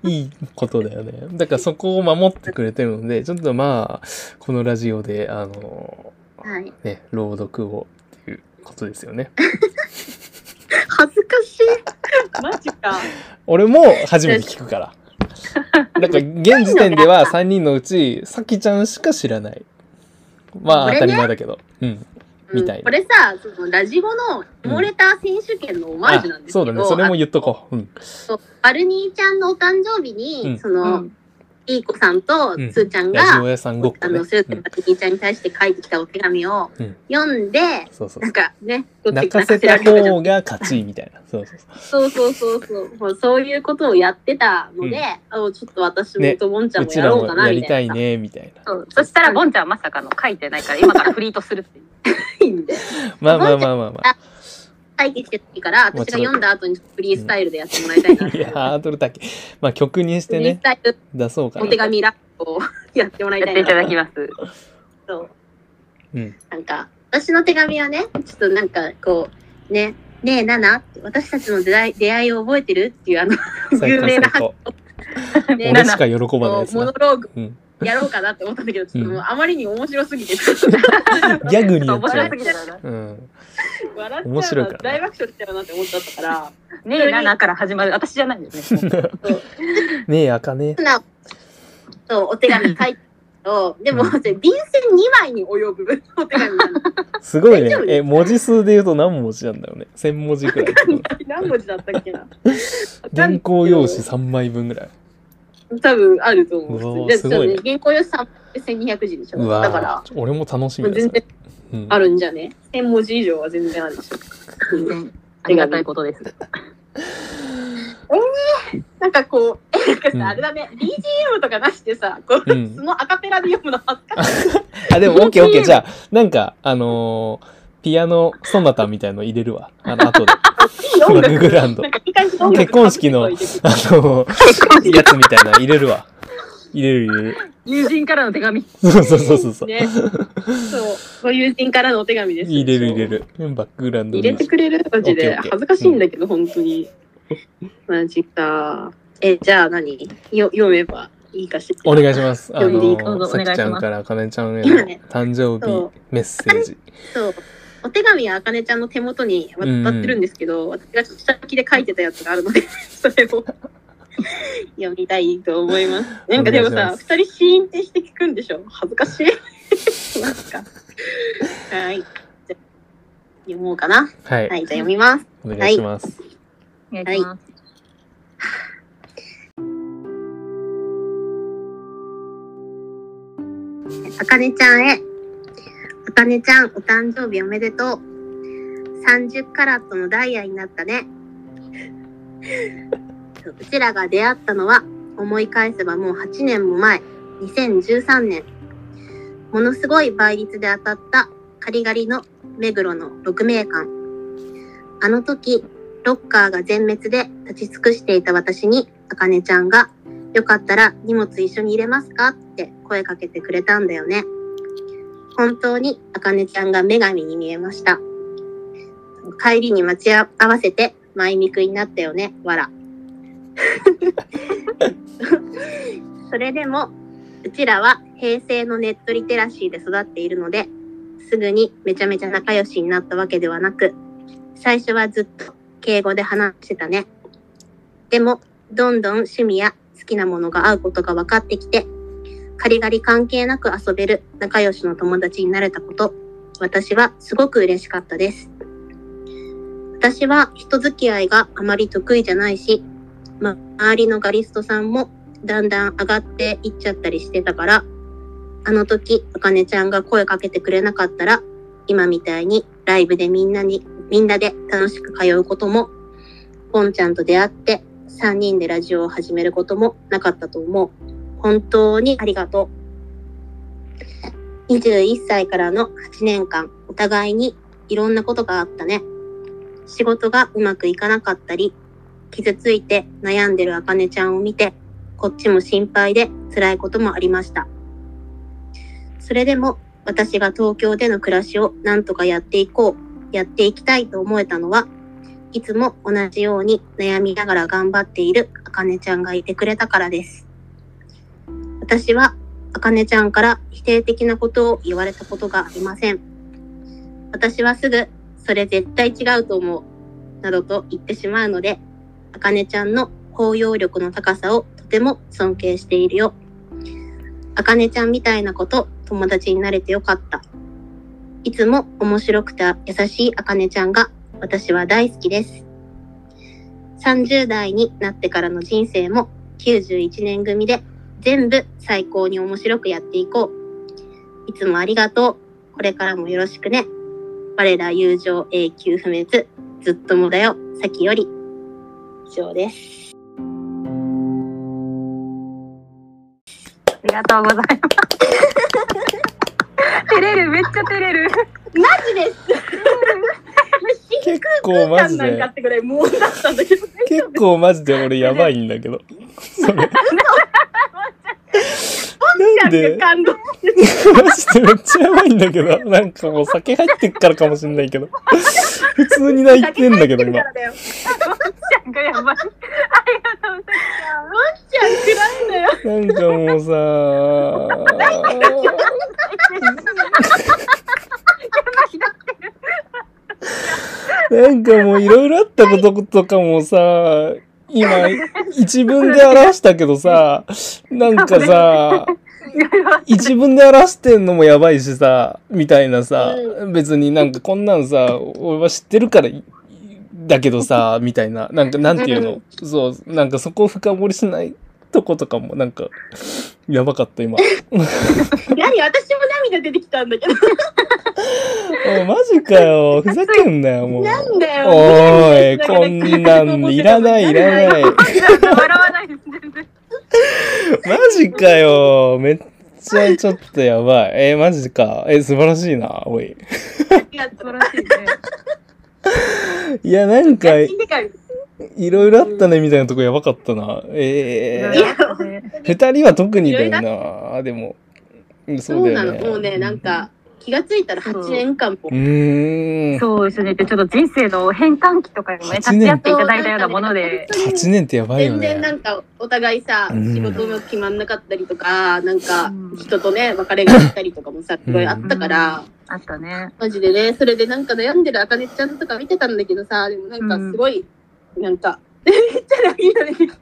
S2: うん [LAUGHS] いいことだよね。だからそこを守ってくれてるので、ちょっとまあ、このラジオで、あの、
S4: はい。
S2: ね、朗読をっていうことですよね。
S4: 恥ずかしい。マジか。
S2: 俺も初めて聞く
S4: [LAUGHS]
S2: から。なんか現時点では3人のうち、さきちゃんしか知らない。まあ
S4: 俺ね
S2: 当たり前だけど。うん。みたいな
S4: これさ、そのラジオの漏れた選手権のオマ
S2: あ
S4: ージュなんですけ
S2: そ
S4: ど、
S2: うだね。それも言っとこう。うん。
S4: そうバルニーちゃんのお誕生日に、
S2: うん
S4: その、
S3: うん
S4: いい子さんと
S2: うん
S4: つーちゃんが、
S2: ラジオ屋さんごっこ
S4: あ
S2: ね。
S4: の、
S2: うん
S4: それぞれバルニーちゃんに対して書いてきたお手紙を
S2: うん
S4: 読んで、
S2: そうそう
S4: なんかね、
S2: そう。泣かせた
S4: 泣かせられ
S2: 方が勝ちみたいな。そうそうそう。
S4: そうそうそうそう。もうそういうことをやってたの
S2: う
S4: で、
S2: ん
S4: あちょっと私も
S2: ね
S4: ともんちゃん
S2: う
S4: も
S2: ち
S4: や
S2: ら
S4: ろ
S2: も
S4: うかな、
S2: や
S4: み
S2: り
S4: た
S2: たい
S4: いな。
S2: ね、みたいな。
S3: そうそしたら、ボンちゃんはまさかの書いてないから、今からフリートするっていう。
S4: いいんで。
S2: まあまあまあまあま
S4: 待機してたから、私
S2: もうち
S4: が
S2: ょっと
S4: 読んだ後にフリースタイルでやってもらいたいな。
S2: あ。いや、ハードル高い。まあ曲にし
S4: フ
S2: て
S4: リー
S2: ね
S4: ス、タイル
S2: 出そうか
S4: お
S2: な
S4: 手。紙ラップをやってもらい
S3: や
S4: た
S3: って
S4: い
S3: いた
S4: な
S3: だきます。
S4: と。
S2: うん。
S4: なんか、私の手紙はね、ちょっとなんかこう、ね、ねえ、ナナって、私たちの出会い出会いを覚えてるっていう、あの、
S2: 最
S4: 有
S2: 高
S4: 名
S2: 最
S4: な
S2: 高。
S4: ね、
S2: 俺
S4: ナ
S2: し
S4: ナ
S2: か喜ばない
S4: の
S2: やつ
S4: モノ
S2: な。
S4: ローグ [LAUGHS]
S2: うん。
S4: やろうかなって思ったんだけど、ちょっともう
S2: う
S4: あまりに面白
S2: [LAUGHS]
S4: すぎて、
S2: ギャグに
S3: ち
S2: な
S3: ょっ
S2: っ
S3: と面
S2: ちゃ
S3: 白
S2: う
S3: す。ぎたからな。
S2: うん。
S4: 笑っ
S2: 面
S4: ちゃ
S2: 白
S4: う
S2: い
S4: な
S2: からね
S4: 大爆笑しちゃうなって思っちゃったから、
S3: ねえ、ななから始まる。私じゃないんですね。
S2: ねえ、あかね。
S4: なそうお手紙書いてでも、
S2: うん
S4: それ便箋2枚に及ぶお手紙なんです
S2: すごいね
S4: 大丈。夫
S2: え、文字数で言うと何文字なんだろうね。1000文字くらい。
S4: [LAUGHS] 何文字だったっけな
S2: 原稿用紙3枚分ぐらい。
S4: 多分あると思
S2: う
S4: う。
S2: わーすごいね
S4: だって原稿用紙3 1200字でし
S2: う
S4: ょ。だから
S2: わ、ぁ。俺も楽し
S4: も
S2: み
S4: う
S2: です
S4: 全然。
S2: うん
S4: あるんじゃね ?1000 文字以上は全然あるでしょ。
S3: ありがたいことです。
S4: なんかこう、 [LAUGHS] えなんか
S2: うん
S4: さ、あれだね、BGM とかなしてさ、こう、
S2: うん
S4: そのアカペラで読むの恥ずかしい。
S2: あ、でも、オッケー
S4: [LAUGHS]
S2: オッケー。じゃあ、なんか、あのー、ピアノ、ソナタみたいの入れるわ。あの、後で。
S4: いい
S2: バ
S4: 音楽。
S2: ックグラウンド
S4: な。んかいい感じの音楽
S2: 結婚式の
S4: かぶって
S2: あの、やつみたいなの入れるわ。入れる入れる。
S3: 友人からの手紙。
S2: そうそうそうそう。そう
S4: おいてね、そう、ご友人からのお手紙です。
S2: 入れる入れ。る。バックグラウンド
S4: 入
S2: に
S4: れてくれるマジ
S2: オッ
S4: で
S2: ケーオッケー
S4: 恥ずかしいんだけど、本当に。マジか。え、じゃあ何よ読めばいいかしら。
S2: お願いします。あ
S4: 読んでいい
S3: どう
S2: の、
S3: ぞ
S2: さきちゃんからあかねちゃんへの
S4: 今ね
S2: 誕生
S4: そ
S2: 日メッセージ。
S4: そう。お手紙はあかねちゃんの手元に渡ってるんですけど、私が下書きで書いてたやつがあるので、 [LAUGHS] それを読みたいと思います。なんかでも
S2: お願いし
S4: さ、
S2: ます
S4: 二人シーンってして聞くんでしょ恥ずかしい。 [LAUGHS] なんか。はい。じゃあ読もうかな。
S2: は。
S4: はいい、じゃあ読みます。
S2: お願いします。
S3: お願いします。
S4: あかねちゃんへ。あかねちゃん、お誕生日おめでとう。30カラットのダイヤになったね。うちらが出会ったのは、思い返せばもう8年も前、2013年。ものすごい倍率で当たったカリガリの目黒の6名館。あの時、ロッカーが全滅で立ち尽くしていた私に、あかねちゃんがよかったら荷物一緒に入れますかって声かけてくれたんだよね。本当に、あかねちゃんが女神に見えました。帰りに待ち合わせて前みくになったよね、わら。 [LAUGHS] それでも、うちらは平成のネットリテラシーで育っているので、すぐにめちゃめちゃ仲良しになったわけではなく、最初はずっと敬語で話してたね。でも、どんどん趣味や好きなものが合うことが分かってきて、カリガリ関係なく遊べる仲良しの友達になれたこと、私はすごく嬉しかったです。私は人付き合いがあまり得意じゃないし、ま、周りのガリストさんもだんだん上がっていっちゃったりしてたから、あの時、あかねちゃんが声かけてくれなかったら、今みたいにライブでみんなに、みんなで楽しく通うことも、ポンちゃんと出会って3人でラジオを始めることもなかったと思う。本当にありがとう。21歳からの8年間、お互いにいろんなことがあったね。仕事がうまくいかなかったり、傷ついて悩んでるあかねちゃんを見て、こっちも心配で辛いこともありました。それでも私が東京での暮らしをなんとかやっていこう、やっていきたいと思えたのは、いつも同じように悩みながら頑張っているあかねちゃんがいてくれたからです。私はあかねちゃんから否定的なことを言われたことがありません。私はすぐ、それ絶対違うと思う、などと言ってしまうので、あかねちゃんの包容力の高さをとても尊敬しているよ。あかねちゃんみたいなこと、友達になれてよかった。いつも面白くて優しいあかねちゃんが私は大好きです。30代になってからの人生も91年組で全部最高に面白くやっていこう。いつもありがとう。これからもよろしくね。我ら友情永久不滅。ずっともだよ。先より。以上です。
S3: ありがとうございます。照れる、めっちゃ照れる。
S4: マジです。
S2: 結構マジで、
S4: てぐらい無音だったんだけど。
S2: 結構マジで俺やばいんだけど。それ。なんで、
S4: 感動。
S2: マジでめっちゃやばいんだけど。なんかもう酒入ってっからかもしんないけど。普通に泣いてんだけど、今。
S4: だよ。
S3: なんかやばい。ありがとうございます。
S4: ちゃん暗いのよ。
S2: なんかもう [LAUGHS] さ、なんかもういろいろあったこととかもさ、今、一文で表したけどさ、なんかさ、一文で表してんのもやばいしさ、みたいなさ、別になんかこんなんさ、俺は知ってるからい、だけどさ、みたいな、なんかなんていうの、そう、なんかそこを深掘りしないとことかも、なんか、やばかった [LAUGHS] 今。
S4: 何私も涙出てきたんだけど。
S2: おいマジかよ、ふざけんなよ、もう。
S4: なんだよ。
S2: お
S4: [LAUGHS]
S2: い、こんなん、いらない、いら [LAUGHS] ない。
S3: 笑わないです、全然。
S2: マジかよ。めっちゃちょっとやばい。えーマジか。えー素晴らしいな。おい。
S3: いや、素晴らしいね。
S2: いや、なんか、い
S3: いいかい
S2: ろいろあったね、みたいなとこやばかったな。え
S4: い
S2: ー、
S4: や
S2: 二人は特にだよな。でも、うん
S4: そ
S2: そうう
S4: な
S2: だ
S4: の、
S2: よね。
S4: もうね、なん。か、気がついたら8年間も
S2: う。ーん。
S3: そうですね。ちょっと人生の変換期とかにもね、立
S2: 8年
S3: ち会っていただいたようなもので。
S2: 8年ってやばいよ
S4: 全然な
S2: ね。
S4: んか、お互いさ、
S2: うん
S4: 仕事も決まんなかったりとか、なんか
S3: うん、
S4: 人とね、別れがあったりとかもさ、すごいあったから、
S3: あったね。
S4: マジでね、それでなんか悩んでるあかねちゃんとか見てたんだけどさ、でもなんか
S3: うん
S4: すごい、なんか、 [LAUGHS] めっちゃ涙出てきた。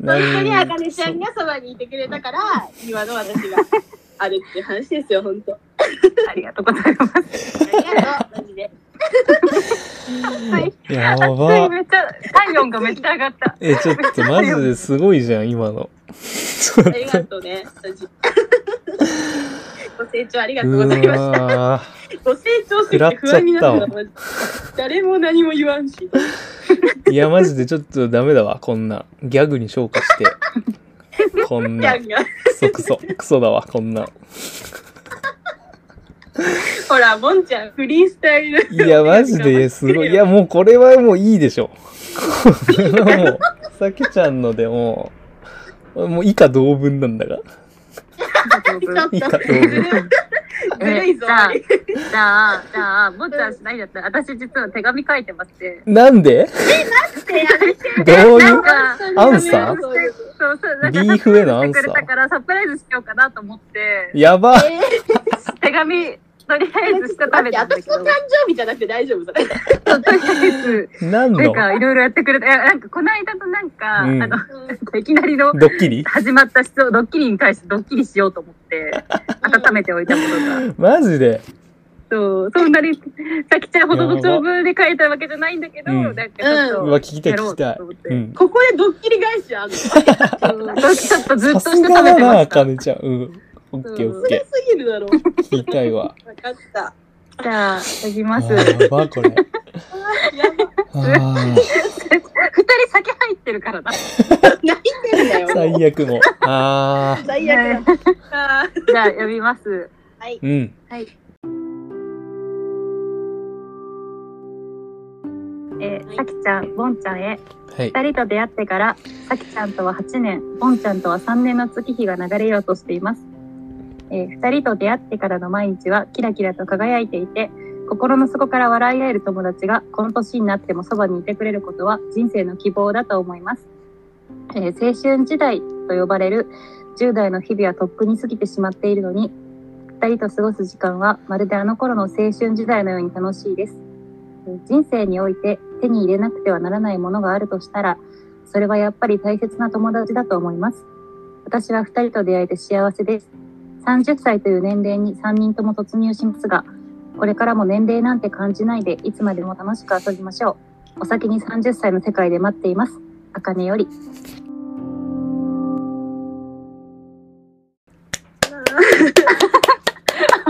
S2: なん
S4: 本当にあかねちゃんがそばにいてくれたから、今の私があるっていう話ですよ、本当。あ
S3: ありがとうございます。
S4: りがとう、マ
S2: [LAUGHS]
S4: ジで。
S2: そうやば。
S3: めっちゃ、体温がめっちゃ上がった。
S2: え、ちょっとマジですごいじゃん、今の。
S4: ありがとうね、マジ。ご清聴ありがとうございました。
S2: わー
S4: ご成長すぎて不安になったらマジ誰も何も言わんし。
S2: いや、マジでちょっとダメだわ、こんな。ギャグに昇華
S3: [LAUGHS]
S2: して。こん
S4: ギ
S2: な
S4: ャ、ンが。
S2: クソクソ、クソだわ、こん
S3: [LAUGHS]
S2: な。
S4: ほら、ボンちゃん、フリースタイル。
S2: いや、マジで、すごい。いや、もうこれはもういいで
S3: [LAUGHS]
S2: しょ。これはもう、さきちゃんのでも
S3: [LAUGHS]
S2: う、もう以下同文なんだが。
S4: ちょっと
S2: 以下同
S4: ずる
S2: 文。
S4: い。ずるいぞ
S3: じ。ゃあ、じゃあ、じゃあ、もっちゃんしないんだったら、私実は手紙書いてまして。
S2: なんでどうい
S3: なん
S2: う
S3: か、
S2: アンサー
S4: そういう
S3: そうそう、なんか、
S2: リーフへのアン
S3: く
S2: サ
S3: れた
S2: ー
S3: からサプライズしようかなと思って、
S2: やば
S4: えー
S3: 手紙、とりあえずして食べたんだけ
S4: 私の
S3: ど
S4: 誕、生日じゃなくて大丈夫それ。
S3: そうとりあえず、
S2: 何
S3: なん
S2: の
S3: か、いろいろやってくれた。いや、なんか、この間のなんか、
S2: うん
S3: あの、いきなりの、
S2: ドッキリ
S3: 始まった質問、ドッキリに対してドッキリしようと思って、温めておいたものが。
S2: マジで
S3: そう、そんなに、さきちゃんほどの長文で書いたわけじゃないんだけど、
S2: うん
S3: なんかちょっと、
S2: うわ聞きたい
S3: やろ
S2: 聞
S3: う
S2: きたい
S3: と思って
S2: うん
S4: ここでドッキリ返しあるの。
S3: そうちょっとずっ
S2: さ
S3: と
S2: す
S3: して食べて
S2: がだな
S3: ま
S2: あ
S3: し
S2: か
S3: た。
S2: ねちゃんうんオッケー
S3: うん
S2: オッケ
S4: すぎるだろう。
S2: ー聞きたいわ
S4: 分かった。
S3: じゃあ、いただき
S2: あ
S3: ます。二
S2: ーやば
S3: [LAUGHS]
S2: これ
S4: やば
S2: あ
S3: 人酒入ってるからな。じ
S4: 泣いてんだ
S2: ー
S4: よ。
S2: 最悪もあー
S4: 最悪だ。あ
S3: ゃあ、呼びます。
S2: うん
S4: ーはい。
S3: えー、さきちゃん、ぼんちゃんへ。
S2: はい
S3: 二人と出会ってから、さきちゃんとは8年、ぼんちゃんとは3年の月日が流れようとしています。えー二人と出会ってからの毎日はキラキラと輝いていて、心の底から笑い合える友達がこの年になってもそばにいてくれることは人生の希望だと思います。えー青春時代と呼ばれる10代の日々はとっくに過ぎてしまっているのに、二人と過ごす時間はまるであの頃の青春時代のように楽しいです。人生において手に入れなくてはならないものがあるとしたら、それはやっぱり大切な友達だと思います。私は2人と出会えて幸せです。30歳という年齢に3人とも突入しますが、これからも年齢なんて感じないで、いつまでも楽しく遊びましょう。お先に30歳の世界で待っています。あかねより。 [LAUGHS]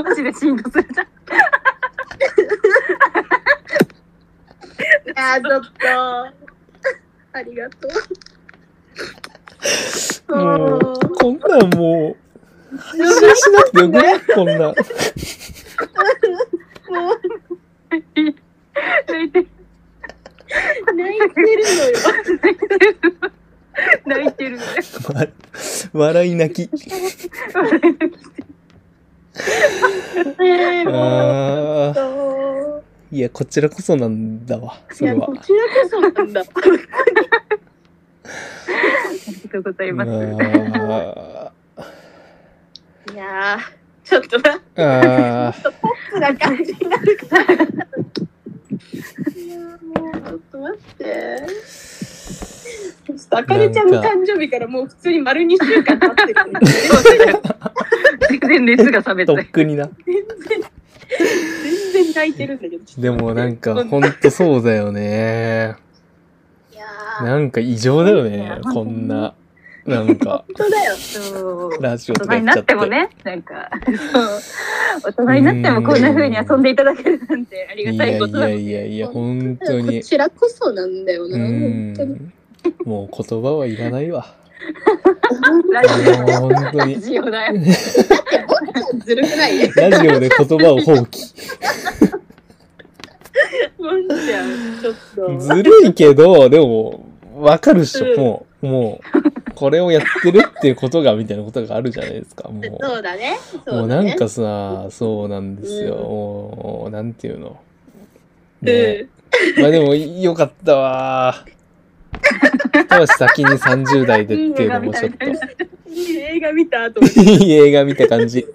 S3: マジで振動する。
S4: いやーちょっと。 [LAUGHS] ありがとう。
S2: もう
S4: う
S2: こんなんもう配信しなくてよくないこんなん
S3: 泣いてる。
S4: 泣いてるのよ。
S3: 泣いてる。泣いて [LAUGHS] る。
S2: わ笑い泣き
S4: ねえ、もう。
S2: あー
S4: そう
S2: いやこちらこそなんだわ
S4: い
S2: それ
S4: や、
S2: は
S4: こちらこそなんだ。
S3: ありがとうございます。
S2: あ
S4: いやー、ちょっとな、
S2: ーあー
S4: つな感じになるから。いやー、もう、ちょっと待って。ちょっと、あかねちゃんの誕生日からもう普通に丸2週間経ってる、ね。
S3: 全然熱が冷めた
S2: とっ。くにな
S4: 全然泣いてるんだけど。
S2: でもなんかほんとそうだよね
S4: いやー、
S2: なんか異常だよねこんななんか
S4: 本当だよ。
S3: そう
S2: ラジオ
S3: 大
S2: とか
S3: 人
S2: や
S3: に
S2: っ
S3: な
S2: ちゃ
S3: っ
S2: っ
S3: [LAUGHS]
S2: て
S3: てもね、なんか、そう大人になってもこんな風に遊んでいただけるなんてあ
S2: い
S3: り
S2: や
S3: が
S2: い
S3: たい
S2: や
S3: ことだ。
S2: いやいや本当
S4: こ
S2: に
S4: ちらこそなんだよ
S2: う
S4: な、本当に。
S2: んもう言葉はいらない
S4: [LAUGHS]
S2: わ
S3: ラ
S2: も
S3: ジ
S2: う本当
S3: オラ
S2: に
S3: ジオだよ。
S4: ずるく
S2: [LAUGHS]
S4: ないね。
S2: ラジオで言葉を放棄。
S4: もんちゃん、ちょっと。
S2: ずるいけど、でも、わかるっしょ。もう、もう、これをやってるっていうことが、みたいなことがあるじゃないですか。も
S4: そうだね。
S2: う、
S4: そ
S2: もう
S4: う
S2: な
S4: だね。
S2: んかさ、そうなんですよ。
S4: うん
S2: もう、なんていうの。
S4: うん、
S2: ねまあでも、よかったわ。
S4: [LAUGHS]
S2: ただし先に30代でっていうのもちょっと、
S4: いい映画見た後に。
S2: いい映画見た感じ。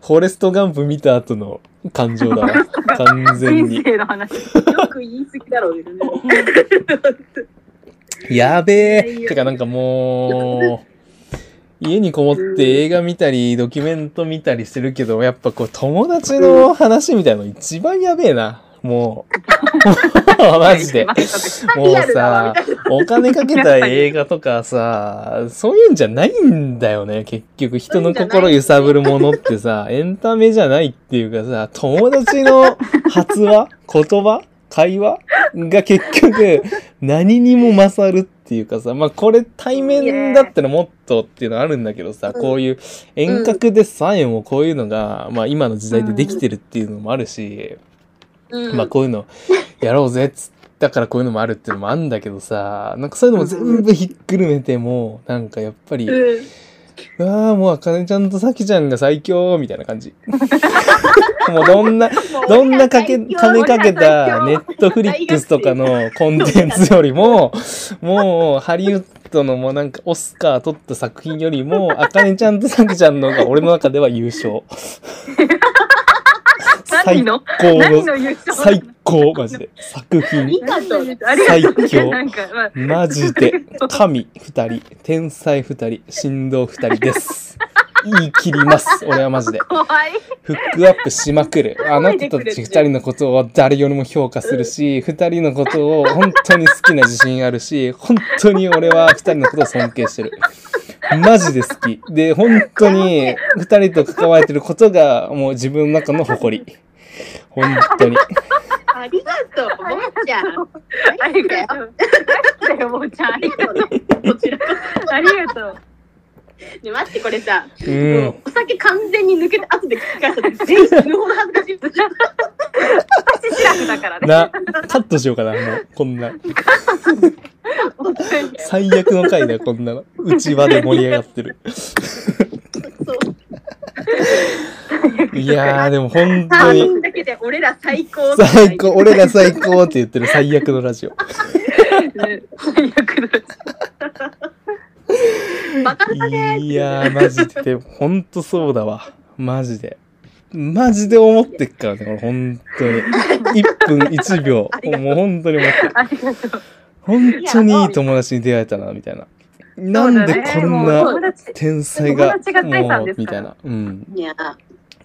S2: フォレストガンプ見た後の感情だわ。完全
S3: 人
S2: に。
S3: 生の話。
S4: よく言い過ぎだろうけどね。
S2: [LAUGHS] やべ
S4: いやい
S2: え。
S4: や
S2: てかなんかもう、家にこもって映画見たり、ドキュメント見たりしてるけど、やっぱこう友達の話みたいの一番やべえな。も [LAUGHS] う。マジで。もうさ、お金かけた映画とかさ、そういうんじゃないんだよね。結局、人の心揺さぶるものってさ、エンタメじゃないっていうかさ、友達の発話、言葉、会話が結局、何にも勝るっていうかさ、まあこれ対面だったらもっとっていうのはあるんだけどさ、
S4: うん
S2: こういう遠隔でさえもこういうのが、まあ今の時代でできてるっていうのもあるし、
S4: うん
S2: まあこういうのやろうぜっつったからこういうのもあるっていうのもあるんだけどさ、なんかそういうのも全部ひっくるめても、なんかやっぱり
S4: うん
S2: わあ、もう、あかねちゃんとさきちゃんが最強みたいな感じ。 [LAUGHS] もう、どんな、どんなかけ、金かけたネットフリックスとかのコンテンツよりも、もう、ハリウッドのもうなんか、オスカー取った作品よりも、あかねちゃんとさきちゃんの方が俺の中では優勝。最
S3: 何
S2: 高
S3: の何
S2: の、
S3: の優勝
S2: 最
S3: [LAUGHS]
S2: 高、マジで。作品。
S3: 何の優勝あり
S2: 最
S3: がとう
S2: 強
S3: なんか、まあ、
S2: マジで、神二人、天才二人、神道二人です。言い切ります、俺はマジで。
S3: 怖い。
S2: フックアップしまく
S4: [LAUGHS]
S2: る。あなたたち二人のことを誰よりも評価するし、二人のことを本当に好きな自信あるし、本当に俺は二人のことを尊敬してる。マジで好き。で、本当に二人と関われてることがもう自分の中の誇り。本当に。
S4: ありがとう、もーちゃん。
S3: ありがとう。ありがとう、もうちゃん。ありがとう。
S4: こちらこ
S3: ありがとう。
S4: そね待って、これさ、
S2: うん。
S4: お酒完全に抜けて、後で聞き返
S2: [LAUGHS]
S4: した時全員死ぬほど恥ずかしい。
S3: 私知らだからね。
S2: な、カットしようかな、もう、こんな。最悪の回だよ、こんなの。内輪で盛り上がってる。
S4: そう。
S2: いやー、でも本
S4: 3
S2: 当に、
S4: 人だけで俺ら最高。
S2: 最高、俺ら最高って言ってる最悪のラジオ。
S3: 最悪だ。
S4: バカ
S2: いやー、マジで、ほんとそうだわ。マジで。マジで思ってっからね、これほんとに。1分1秒。もう本当に思ってる。
S3: ありがとう。
S2: ほんとにいい友達に出会えたな、みたいな。なんでこん
S3: そうだねもう
S2: な
S3: 友達
S2: 天才が
S3: 友達、が財産
S2: もう
S3: で、す
S2: み
S3: か
S2: たい
S3: ら
S2: な。うん。
S4: いや、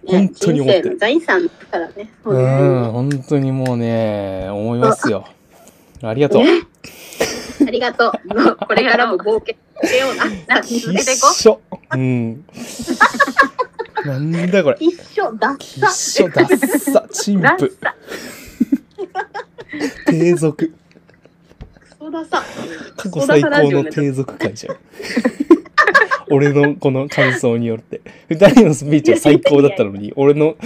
S2: 本当に思ってる
S4: 人生の財産だからね。そう
S2: う
S4: ね
S2: ん、本当にもうね、思いますよ。ありがとう。
S4: [LAUGHS] ありがとう。もうこれからも冒険しような。
S2: き
S3: 続
S2: っ
S3: けていこう
S2: しょ。うん。なんだこれ。
S4: 一緒だっ
S2: きっしょ、ダッサ、チン
S3: ラッ
S2: プ、
S3: サ。
S2: 低俗。
S4: そうださ。
S2: 過去最高の低俗会
S4: [LAUGHS]
S2: じゃん。俺のこの感想によって。二人のスピーチは最高だったのに、俺の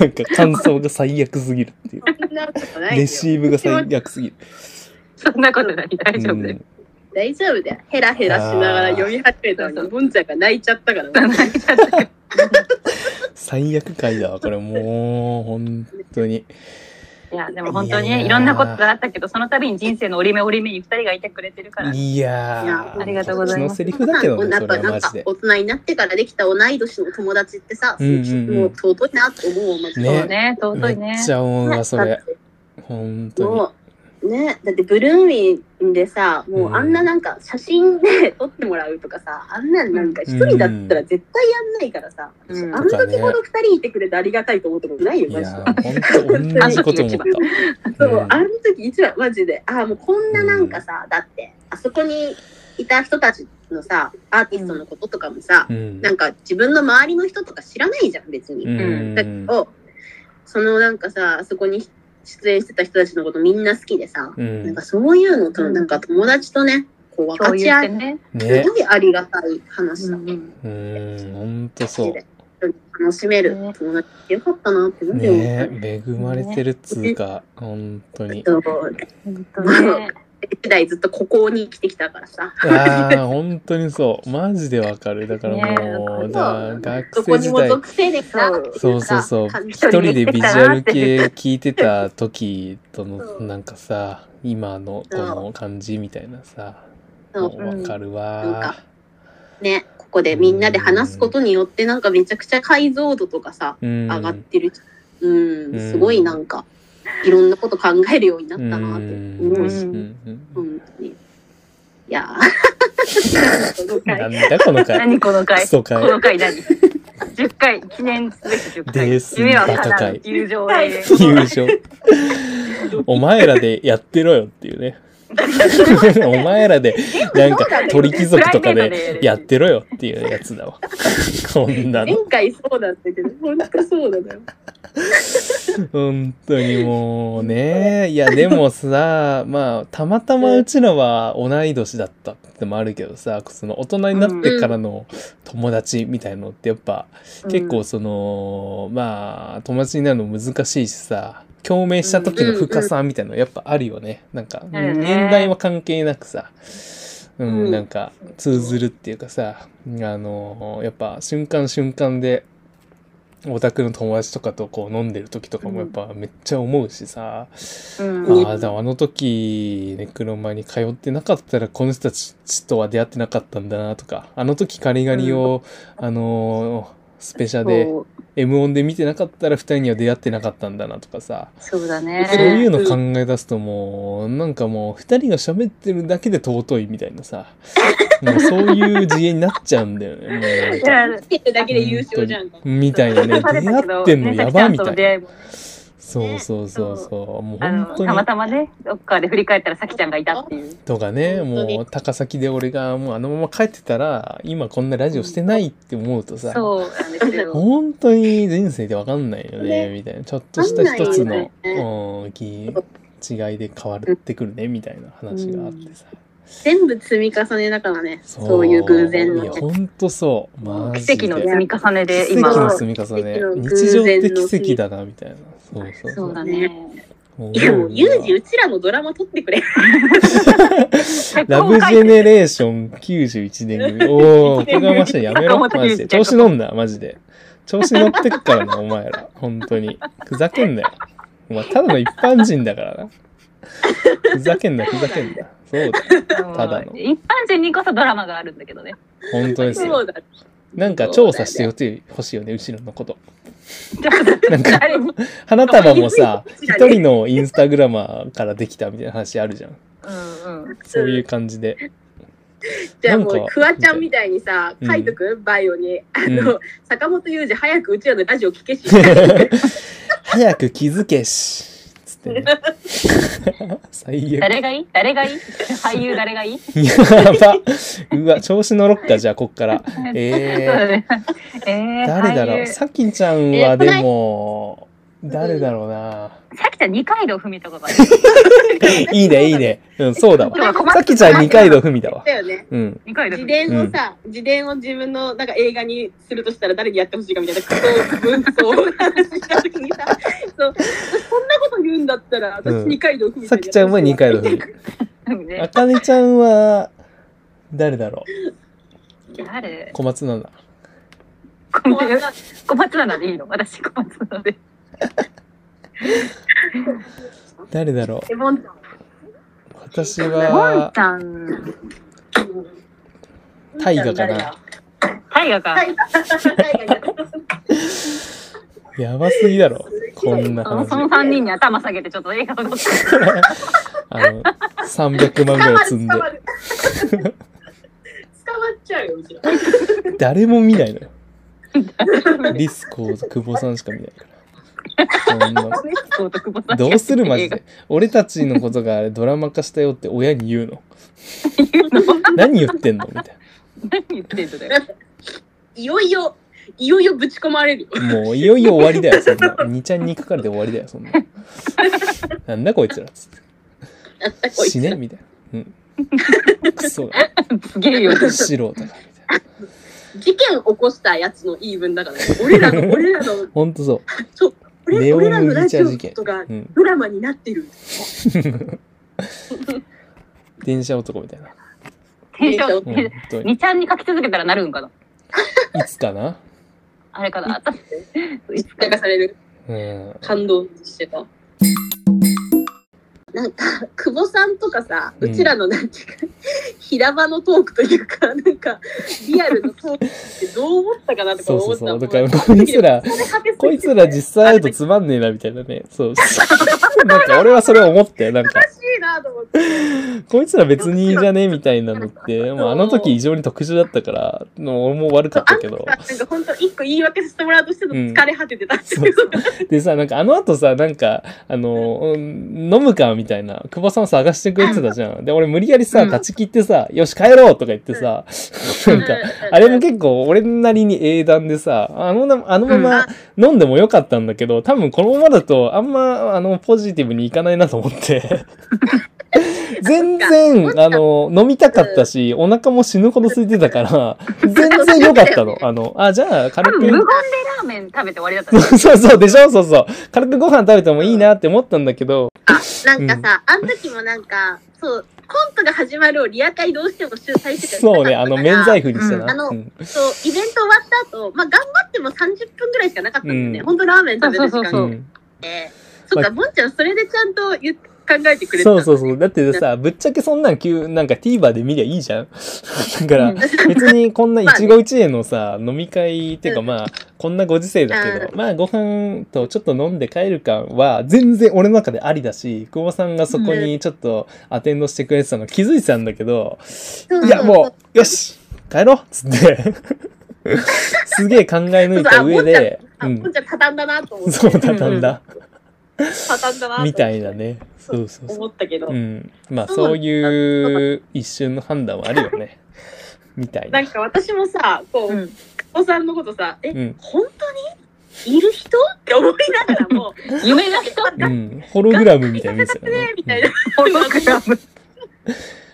S2: なんか感想が最悪すぎるっていう。
S4: そんなことないよ
S2: レ。シーブが最悪すぎる。
S3: そんなことない。大丈夫です。
S4: 大丈夫だよ。ヘラヘラしながら読み始めたのに、ボンちゃんが泣いちゃったから。
S2: 最悪会だわ、これもう、本当に。
S3: いや、でも本当に
S2: いや
S3: ね、
S2: ー
S3: いろんなことがあったけど、その度に人生の折り目折り目に二人がいてくれてるから。
S2: いや
S4: いや
S2: ー、
S4: あ
S3: りがとうございます
S2: こっちのセリフだけ
S4: [LAUGHS]
S2: どね、
S4: や
S2: それ
S4: っぱ
S2: は
S4: な
S2: マジ
S4: んか
S2: で。
S4: 大人になってからできた同い年の友達ってさ、
S2: うんうんうん
S4: もう尊いなと思う、マジで。
S3: そうね、尊い
S2: め
S3: ね
S2: っ。ちゃ思うわ、そ
S4: だ
S2: れ
S4: っ。
S2: 本
S4: て
S2: 当
S4: もうね、だってブルーミンでさ、もうあんななんか写真で撮ってもらうとかさ、あんなんなんか一人だったら絶対やんないからさ、
S3: うん
S4: あの時ほど二人いてくれてありがたいと思ったことないよ、
S2: に。い
S4: マジで
S2: や。ー、本当同じこと思っ
S4: [LAUGHS]
S2: た。
S4: そう、
S2: ん
S4: あの時一番マジで、ああ、もうこんななんかさ、だって、あそこにいた人たちのさ、アーティストのこととかもさ、
S2: うん
S4: なんか自分の周りの人とか知らないじゃん、別に。
S2: うん
S4: だけど、そのなんかさ、あそこに出演してた人たちのことみんな好きでさ、
S2: う
S4: なん
S2: ん
S4: かそういうのと、
S3: うん
S4: なんか友達とね、こう分
S3: 共
S4: か
S3: 有
S4: ち
S3: し
S4: 合
S3: て
S4: え
S3: ね。
S2: ね
S4: すごいありがたい話だ。
S3: うん
S2: うん本当そう
S4: マジで楽しめる友達ってよかったなって思うよ。
S2: ね恵まれてるっつうか本当に
S4: そう
S3: 本当ね。
S4: 歴代ずっとここに来てきたからさ。
S2: ああ本当にそうマジでわかるだからもう
S3: ね
S2: だ
S4: ど
S2: 学生
S4: こに
S2: 時
S4: も
S2: 代
S4: 属性できたってい
S2: そうそうそう
S4: 感じ
S2: 一人でビジュアル系聞いてた時とのなんかさ今のこの感じみたいなさ
S4: そ
S2: も
S4: う
S2: うわかる
S4: なん
S2: わ
S4: かね、ここでみんなで話すことによってなんかめちゃくちゃ解像度とかさ、
S2: 上
S4: 上がってる。うん、
S2: うん
S4: すごいなんか、いろんなこと考えるようになったなって思うし、本当に。いやーこの
S2: な [LAUGHS]
S4: 回
S2: んだこの回
S3: 何この
S2: ク
S3: 回
S2: ソ
S3: こ
S2: 回
S3: の回何 ?10 回、記念すべき10
S2: [LAUGHS]
S3: 回。
S2: です
S3: 夢は
S2: バカ
S3: 叶う
S2: 回、
S3: 友情永遠。
S2: 優勝。お前らでやってろよっていうね。お前らで、なんか鳥貴族とかでやってろよっていうやつだわ。こんな
S4: 前
S2: の。
S4: 回そうだったけど、本当そうだよ。
S2: 本当にもうね。いや、でもさ、まあ、たまたまうちらは同い年だったってのもあるけどさ、その大人になってからの友達みたいのってやっぱ、結構その、まあ友達になるの難しいしさ共鳴した時の深さみたいなのやっぱあるよね、なんか
S3: あるね
S2: 年代は関係なくさ、うん、
S4: うん
S2: なんか通ずるっていうかさ、あの、やっぱ瞬間瞬間で、オタクの友達とかとこう飲んでる時とかもやっぱめっちゃ思うしさ、
S3: うん。
S2: ああ、でもあの時、ネクロマに通ってなかったら、この人たちとは出会ってなかったんだなとか、あの時カリガリを、あのースペシャで、
S3: そう
S2: M 音で見てなかったら、二人には出会ってなかったんだなとかさ、
S3: そうだね。
S2: そういうの考え出すともう、なんかもう、二人が喋ってるだけで尊いみたいなさ、もうそういう自営になっちゃうんだよね。もうなん
S3: い
S2: か
S3: や
S4: つけてだけで優勝じゃんか。
S2: みたい
S3: [LAUGHS]
S2: なね、出
S3: 疲れたけ
S2: 会
S3: ど
S2: ってんのやばみた
S3: ねさきちゃんとの
S2: い
S3: 出
S2: な。
S3: 会いも
S2: そうそうそうそう。もう
S3: あ
S2: 本
S3: の
S2: 当
S3: た
S2: に
S3: ま。たまね、どっかで振り返ったらさきちゃんがいたっていう。
S2: とかね、
S4: 本当に
S2: もう高崎で俺がもうあのまま帰ってたら、今こんなラジオしてないって思うとさ、
S3: そうなんです
S2: [LAUGHS]
S3: よ。
S2: 本当に人生でわかんないよね、
S4: ね
S2: みたいな。ちょっとした一つ
S4: わかんない
S2: の
S4: よ、ね
S2: うん、き違いで変わってくるね、みたいな話があってさ。
S4: 全部積み重ねだからね。そういう偶然の
S2: いや、ほんとそう。マジ
S3: 奇
S2: で。
S3: 跡の積み重ねで
S2: 奇
S3: 今
S2: 跡。の積み重ね
S4: 奇跡の。偶
S2: 日常
S4: 然の
S2: って奇跡だな、みたいな。そうそうそ
S3: そう
S2: う
S3: だね。
S2: もう。
S4: いやもう、ユージ、
S2: も
S4: うちらのドラマ撮ってくれ。
S3: [LAUGHS]
S2: ラブジェネレーション91年組。おお、おこがましい。やめろ、マジで。調子乗んな、マジで。調子乗ってっからな、お [LAUGHS] 前ら。本当に。ふざけんなよ。お前、ただの一般人だからな。ふざけんな、ふざけんな。そうだ。ただの
S3: 一般人にこそドラマがあるんだけどね。
S2: 本当です
S4: そ
S2: よ。
S4: うだ。
S2: なんか調査してよってほしいよね、後ろのこと。なんか
S3: 誰に。
S2: 花束もさ、一人のインスタグラマーからできたみたいな話あるじゃん。
S3: うんうん。
S2: そういう感じで。
S4: じゃ
S2: な
S4: あ
S2: ん
S4: もう
S2: か、
S4: フワちゃんみたいにさ、書いとく、バイオに。あの、坂本裕二、早くうちらのラジオ聞けし。
S2: 早く気づけし。つってね。最悪。
S3: 誰がいい誰がいい俳優誰がいい
S2: やば。うわ、調子乗ろっか、じゃあ、こっから。
S3: [LAUGHS] そう
S2: え
S3: だね。え
S2: ー、
S3: ー、
S2: 誰だろ
S3: 俳
S2: う。
S3: 優
S2: さきちゃんはでも、誰だろうな。
S3: さきちゃん二階堂ふみとかがいい。
S2: [LAUGHS] いいね、いいね。うん、そうだわ
S3: でも困。っ
S2: [LAUGHS] さきちゃん二階堂ふみだわ
S4: だ。よね。
S2: うん。
S3: 二階堂
S4: 自
S3: ふみ。
S4: 伝をさ、自伝を自分のなんか映画にするとしたら誰にやってほしいかみたいなことを分話した時にさ、そう、そんなこと言うんだったら私
S2: うん
S4: 二階堂ふみ
S2: さきちゃんは二階堂ふみ。あかねちゃんは、誰だろう。
S3: 誰
S2: 小松菜奈。
S3: 小
S4: 堂。
S3: 松小松菜奈でいいの私小松菜奈で。
S2: 誰だろ
S4: え、ボンちゃん。
S2: う。私
S3: もん
S2: は
S3: ち、ゃん、
S2: 大河かな。
S3: 大河か。
S2: やばすぎだろ。こんな
S3: その
S2: 話。
S3: 三人に頭下げてちょっと映画を撮って。
S2: あの、300万ぐらい積んで
S4: 捕。まる。捕まっちゃうよ、うちら。
S2: 誰も見ないのよ。リスコと久保さんしか見ないから。そんな
S3: そうと久保さん
S2: どうするマジで。俺たちのことがあれドラマ化したよって親に言うの。
S3: 言うの
S2: 何言ってんのみたい
S3: 何言ってんだよ。
S4: いよいよ、いよいよぶち込まれるよ。
S2: な。もういよいよ終わりだよ、そんな。2ちゃんにかかれて終わりだよ、そんな。なんだこいつらっつって。
S4: なんだこいつ
S2: 死ねみたいな。うん。クソが。
S3: すげえよ。
S2: 素人だからみたいな。
S4: 事件起こしたやつの言い分だから、ね、俺らの、俺らの、
S2: ほんとそう。
S4: そう、
S2: ネ
S4: 俺
S2: オ
S4: 俺らのラ
S2: 麦
S4: ジ
S2: 茶
S4: オ
S2: 事件
S4: とか
S2: うん。
S4: ドラマになってる。
S2: 電車男みたい
S4: [LAUGHS]
S2: な。
S3: テンショ
S2: うん、
S3: ン
S2: 本。当に。
S3: 二ちゃんに書き続けたらなるんかな。
S2: いつかな
S3: あれかな。私いつか
S4: なんかされる
S2: うん。
S4: 感動してた。なんか、久保さんとかさ、
S2: う
S4: うんちらのなんていうか、平場のトークというか、 [LAUGHS] なんか、リアルのトークってどう思ったかなとか
S2: そう
S4: 思
S2: そう
S4: った
S2: そう
S4: も。
S2: んだからこいつらこいつら実際会うとつまんねえなみたいなねそう [LAUGHS] なんか俺はそれ思ってなんか
S4: おかしいなと思って。
S2: こいつら別にいいじゃねえみたいなのって、まあ、あの時異常に特殊だったからの俺も悪かったけど
S4: あんたさなんか本当一個言い訳させてもらおうとしてた
S2: うん
S4: 疲れ果ててたって
S2: そう
S4: いう
S2: そ
S4: こ
S2: うでさなんかあの後さなんかあの、うん飲むかみたいな久保さん探してくれてたじゃんで俺無理やりさ
S3: うん
S2: 立ち切ってさ「よし帰ろう」とか言ってさ、
S4: と。
S2: なんか
S4: ううう
S2: あれも結構俺なりに英断でさ、あのなあのまま飲んでもよかったんだけど、多分このままだとあんまあのポジティブにいかないなと思って。全然、あの、飲みたかったし、お腹も死ぬほど空いてたから、全然良かったの。あの、あ、じゃあ
S3: 多
S2: 軽
S3: 分無言で
S2: く、
S3: ラーメン食べて終わりだったね。
S2: [LAUGHS] そうそうでしょそうそう。軽くご飯食べてもいいなって思ったんだけど、
S4: なんかさ、あの時もなんか、そう、コントが始まるをリアカイどうしても主催してた
S2: そうね、あの、免罪符にした
S4: うんあ
S2: な。
S4: の
S2: うん
S4: そう、イベント終わった後、まあ、頑張っても30分ぐらいしかなかったんですね。
S2: うん
S4: 本当ラーメン食べる時間
S3: そ
S4: が
S2: う
S3: う
S2: ん
S4: って。そっか、
S2: ま
S4: もんちゃん、それでちゃんと言っ考えてくれて
S2: そ
S4: たん
S2: う
S4: だ
S2: そうそう。だってさ、ぶっちゃけそんなん急、なんか TVer で見りゃいいじゃん。だから、別にこんな
S4: まあね
S2: 一期一会のさ、飲み会っていうかまあ、こんなご時世だけ
S4: う
S2: ど、まあご飯とちょっと飲んで帰る感は全然俺の中でありだし、久保さんがそこにちょっとアテンドしてくれてたの気づいてたんだけど、
S4: そうそう
S2: いやもう、よし帰ろうっつって、すげえ考え抜いた上で、
S4: あ、
S2: う
S4: もん
S2: ん、
S4: ちゃん、畳んだなと思って。
S2: そう畳んだ、
S4: 畳んだなと思って
S2: みたいなね。そうそうそう。
S4: 思ったけど、
S2: うん、まあ
S4: そう
S2: そういう一瞬の判断はあるよ [LAUGHS] ねみたい
S4: な。
S2: なん
S4: か私もさ、こう、
S3: うん
S4: お子さんのことさ、え、
S2: うん、
S4: 本当にいる人って思いながらも、
S3: 夢の人
S2: うん、ホログラムみたいなですよね。
S4: みたいな。
S3: ホログラム。
S2: うん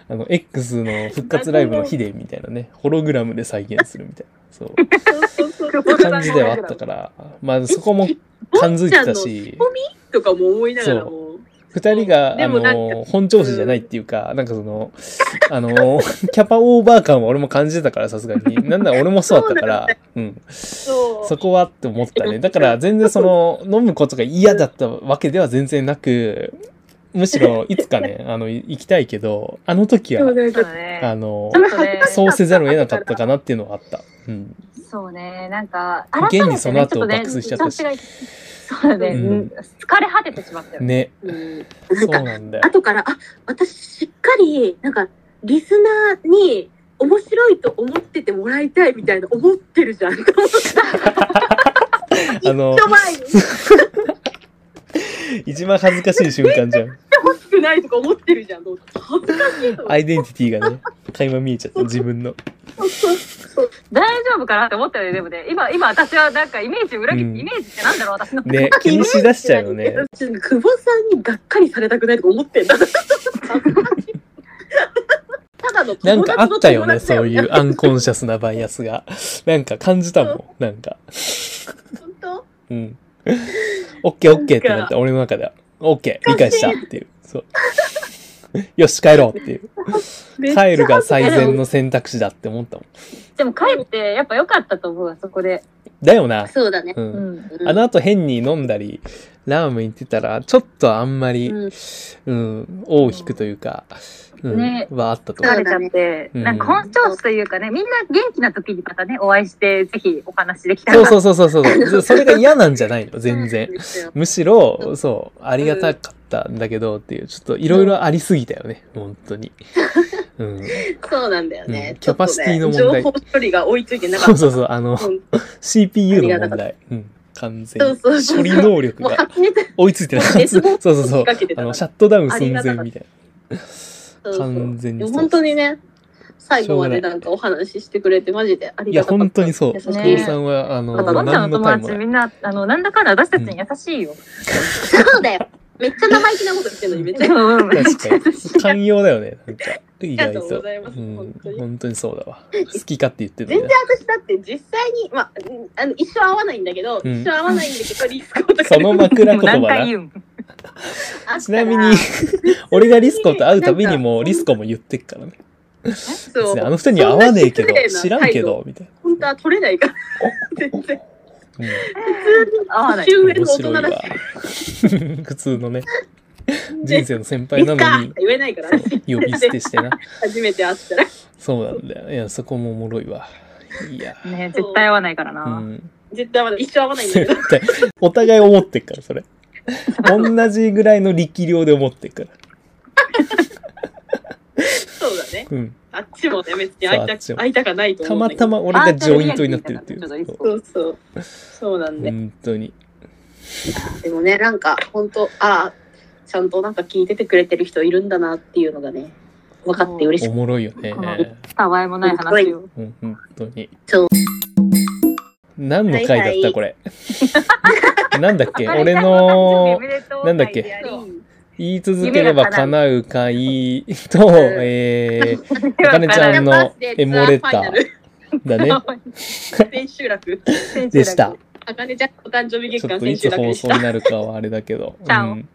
S2: あの X の復活ライブの日でみたいなね、ホログラムで再現するみたいな、そう [LAUGHS]
S4: そうそうそう
S2: 感じではあったから、まあそこも感づいてたし、
S4: とかも思いながらも。
S2: 二人が
S4: で
S2: あ
S4: もなんか
S2: の本調子じゃないっていうか、なんかそのあのキャパオーバー感は俺も感じてたからさすがに、なんだ俺もそうだったから、うん、
S4: そう。
S2: そこはって思ったね。だから全然その飲むことが嫌だったわけでは全然なく、むしろいつかね、あの、い行きたいけど、あの時は、
S4: なん
S3: そう
S4: か
S3: だね。
S2: あの
S3: ち、ょっとね
S2: そうせざるを得なかったかなっていうのはあった。うん。
S3: そうね、なんか、改めて、ね、
S2: 現にその後
S3: ちょっとね
S2: 爆睡しちゃったし
S3: 調子がいそうだね、
S2: うん
S3: 疲れ果ててしまったよね。
S2: ね。
S4: うんな
S2: そ
S4: ん
S2: う
S4: か、
S2: なんだよ。
S4: 後から、あ、私しっかり、なんか、リスナーに面白いと思っててもらいたいみたいな思ってるじゃんと思った。
S2: あの
S4: 一丁前に来
S2: 一番恥ずかしい瞬間じゃん。
S4: てほしくないとか思ってるじゃんと思って恥ずかしいと思っ
S2: アイデンティティがね、垣間見えちゃった、自分の。
S3: 大丈夫かなって思ったよね、でもね。今、今私はなんかイメージ裏切って、
S2: うん
S3: イメージってなんだろう、私の。
S2: ね、
S4: て。
S2: 気にしだしちゃうよね。
S4: ちょっと久保さんにがっかりされたくないとか思ってんだ。ただの友達の友達
S2: な
S4: だ
S2: んかあったよね、そういううアンコンシャスなバイアスが。なんか感じたもん、なんか。
S4: 本当
S2: うん。 [LAUGHS] オッケーオッケーってなって、俺の中では。オッケー、理解したっていう。そう。 [LAUGHS] よし、帰ろうっていう。
S4: めっちゃ
S2: 帰るが最善の選択肢だって思ったもん。
S3: でも帰って、やっぱ良かったと思うわ、そこで。
S2: だよな。
S4: そうだね。
S2: う。
S3: うんん。
S4: うん
S2: あの後変に飲んだり、ラーメン行ってたら、ちょっとあんまり、
S4: うん
S2: うん、尾を引くというか、うん、
S3: ね
S2: はあったと思
S3: 疲
S4: そ
S3: れ
S4: う
S3: ちゃ
S4: だ
S3: っ
S4: ね
S3: て、
S2: うん
S3: なんか本調子というかね、みんな元気な時にまたね、お会いして、ぜひお話できたら
S2: う。
S3: な
S2: そうそうそうそうそう。それが嫌なんじゃないの、全然。むしろ、そう、ありがたかったんだけどっていう、ちょっといろいろありすぎたよね、本当に。うん。
S4: そうなんだよね。
S2: うんキャパシティの問題
S4: ちょっとね情報処理が追いついてなか
S2: そう
S4: った。
S2: そうそう、あの、
S4: うん
S2: CPU の
S4: あり
S2: 問
S4: がた
S2: 題。うん。完全
S4: そう
S2: に。
S4: そうそう
S2: 処理能力
S4: もう
S2: が
S4: 発熱
S2: [LAUGHS] 追いついてなかった。[LAUGHS] そ
S4: 熱
S2: う
S4: 望を
S2: そうそう
S4: 仕。掛けて
S2: あ
S4: たから
S2: の、シャットダウン寸前みたい
S4: そう
S2: な。
S4: そう
S2: 完全
S4: い
S2: に
S4: や
S2: そう。
S4: 本当にね、最後ま
S2: しょ
S4: で
S2: うがない
S4: なんかお話ししてくれて、マジであり
S2: いや、
S4: がたかった。
S2: 本当にそう。
S4: 優
S2: お
S4: し
S2: 父
S4: い
S3: ね
S2: さんは、あ
S3: あと、
S2: の、
S3: どんちゃ
S2: 何
S3: ん
S2: の
S3: の友
S2: タイム
S3: 達
S2: もな
S3: み
S2: い。
S3: んな、あの、なんだかんだ私たちに優しいよ。
S4: そうだよ。めっちゃ生意気なこと言ってるのに、めっちゃ。
S3: うんうんめっ
S2: 確
S3: ちゃ
S2: か
S3: 優
S2: に
S3: しい。。
S2: 寛容だよね。なんか、意
S4: が
S2: 外
S4: とう
S2: と
S4: ございま。す
S2: うん
S4: 本当に。
S2: 本当にそうだわ。好きかって言ってる
S4: 全然
S2: ね。
S4: 私だって実際に、まあ、うんあの一生会わないんだけど、
S2: うん
S4: 一生会わないんだけど、リスコとか
S2: その枕
S3: も
S2: 言
S3: う何
S2: 葉
S3: 回
S2: だ
S3: 言。うん
S4: あったら
S2: ちなみに、俺がリスコと会うたびにもうリスコも言ってっからね。
S4: そう
S2: あの二人には会わねえけど、知らんけ。
S4: そな失礼な態
S2: ど
S4: 度、
S2: みたい
S4: 本当は取れないから。全然。
S2: な。
S3: 合
S2: [LAUGHS]
S3: わない
S4: 年。
S2: うん、
S4: 上
S2: 面
S4: の大人
S2: 白い
S4: だ
S2: わ
S4: し。。
S2: 普通のね、人生の先輩
S4: い
S2: な
S4: つか
S2: の
S4: っ
S2: に
S4: て、言えないから、私
S2: 呼び捨てしてな。
S4: 初めて会ったら。
S2: そうなんだよ。いや、そこもおもろいわ。いや。
S3: ね、絶対合わないから
S2: う
S3: な。
S2: ん、
S4: 絶対まだ一生会わないん
S2: [LAUGHS]
S4: だけど。
S2: 絶対お互い思ってっからそれ同じぐらいの力量で思ってっから、
S4: そうだね。
S2: うん、
S4: あっちもね、別に
S2: そ
S4: 会い
S2: うあ
S4: た
S2: っち
S4: く
S2: も
S4: 会いたかないと
S2: た
S4: 思うん
S2: ま
S4: だけ
S2: た
S4: ど。
S2: ま俺がジョイントになってるってい
S3: あーテレビに
S2: う
S3: 行った
S4: そうそう。そうなんで。
S2: 本当に
S4: でもね、なんか、本当ああ、ちゃんとなんか聞いててくれてる人いるんだなっていうのがね、分かって嬉し
S2: お
S4: い。
S2: もろいよね
S3: このたわいもない話を。
S2: うん、本当に。
S4: そう
S2: 何の回だ
S4: はい
S2: っ
S4: は
S2: た
S4: い
S2: これ。 [LAUGHS] なんだっけ
S3: あれ
S2: 俺
S3: 誕生日お
S2: の
S3: めでとう
S2: なんだっけ
S3: 会であり
S2: 言い続ければ叶う回と、えー、あかねち
S3: [LAUGHS]
S2: ゃんのエモレタ [LAUGHS] ーだね。
S4: 千秋楽。
S2: でした。。
S4: あかねちゃん、お誕生日
S2: ち
S4: 月
S2: ょっ
S4: 間
S2: と
S4: 千
S2: い
S4: 秋
S2: つ
S4: 楽で
S2: 放
S4: し
S2: 送
S4: た。
S2: になるかはあれだけど。
S3: チャオ
S2: うん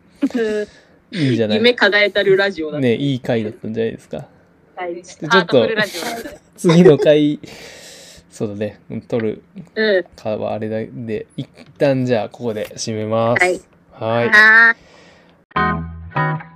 S2: いいじゃない。
S4: 夢輝いたるラジオだった。
S2: ね、いい回だったんじゃないですか。
S4: はい
S2: ょっと
S4: ハートフルラジオだった。
S2: 次の回、そうだね、うん撮る
S4: うん。
S2: かはあれだで、一旦じゃあここで締めます。
S5: はい
S2: はい
S5: はーい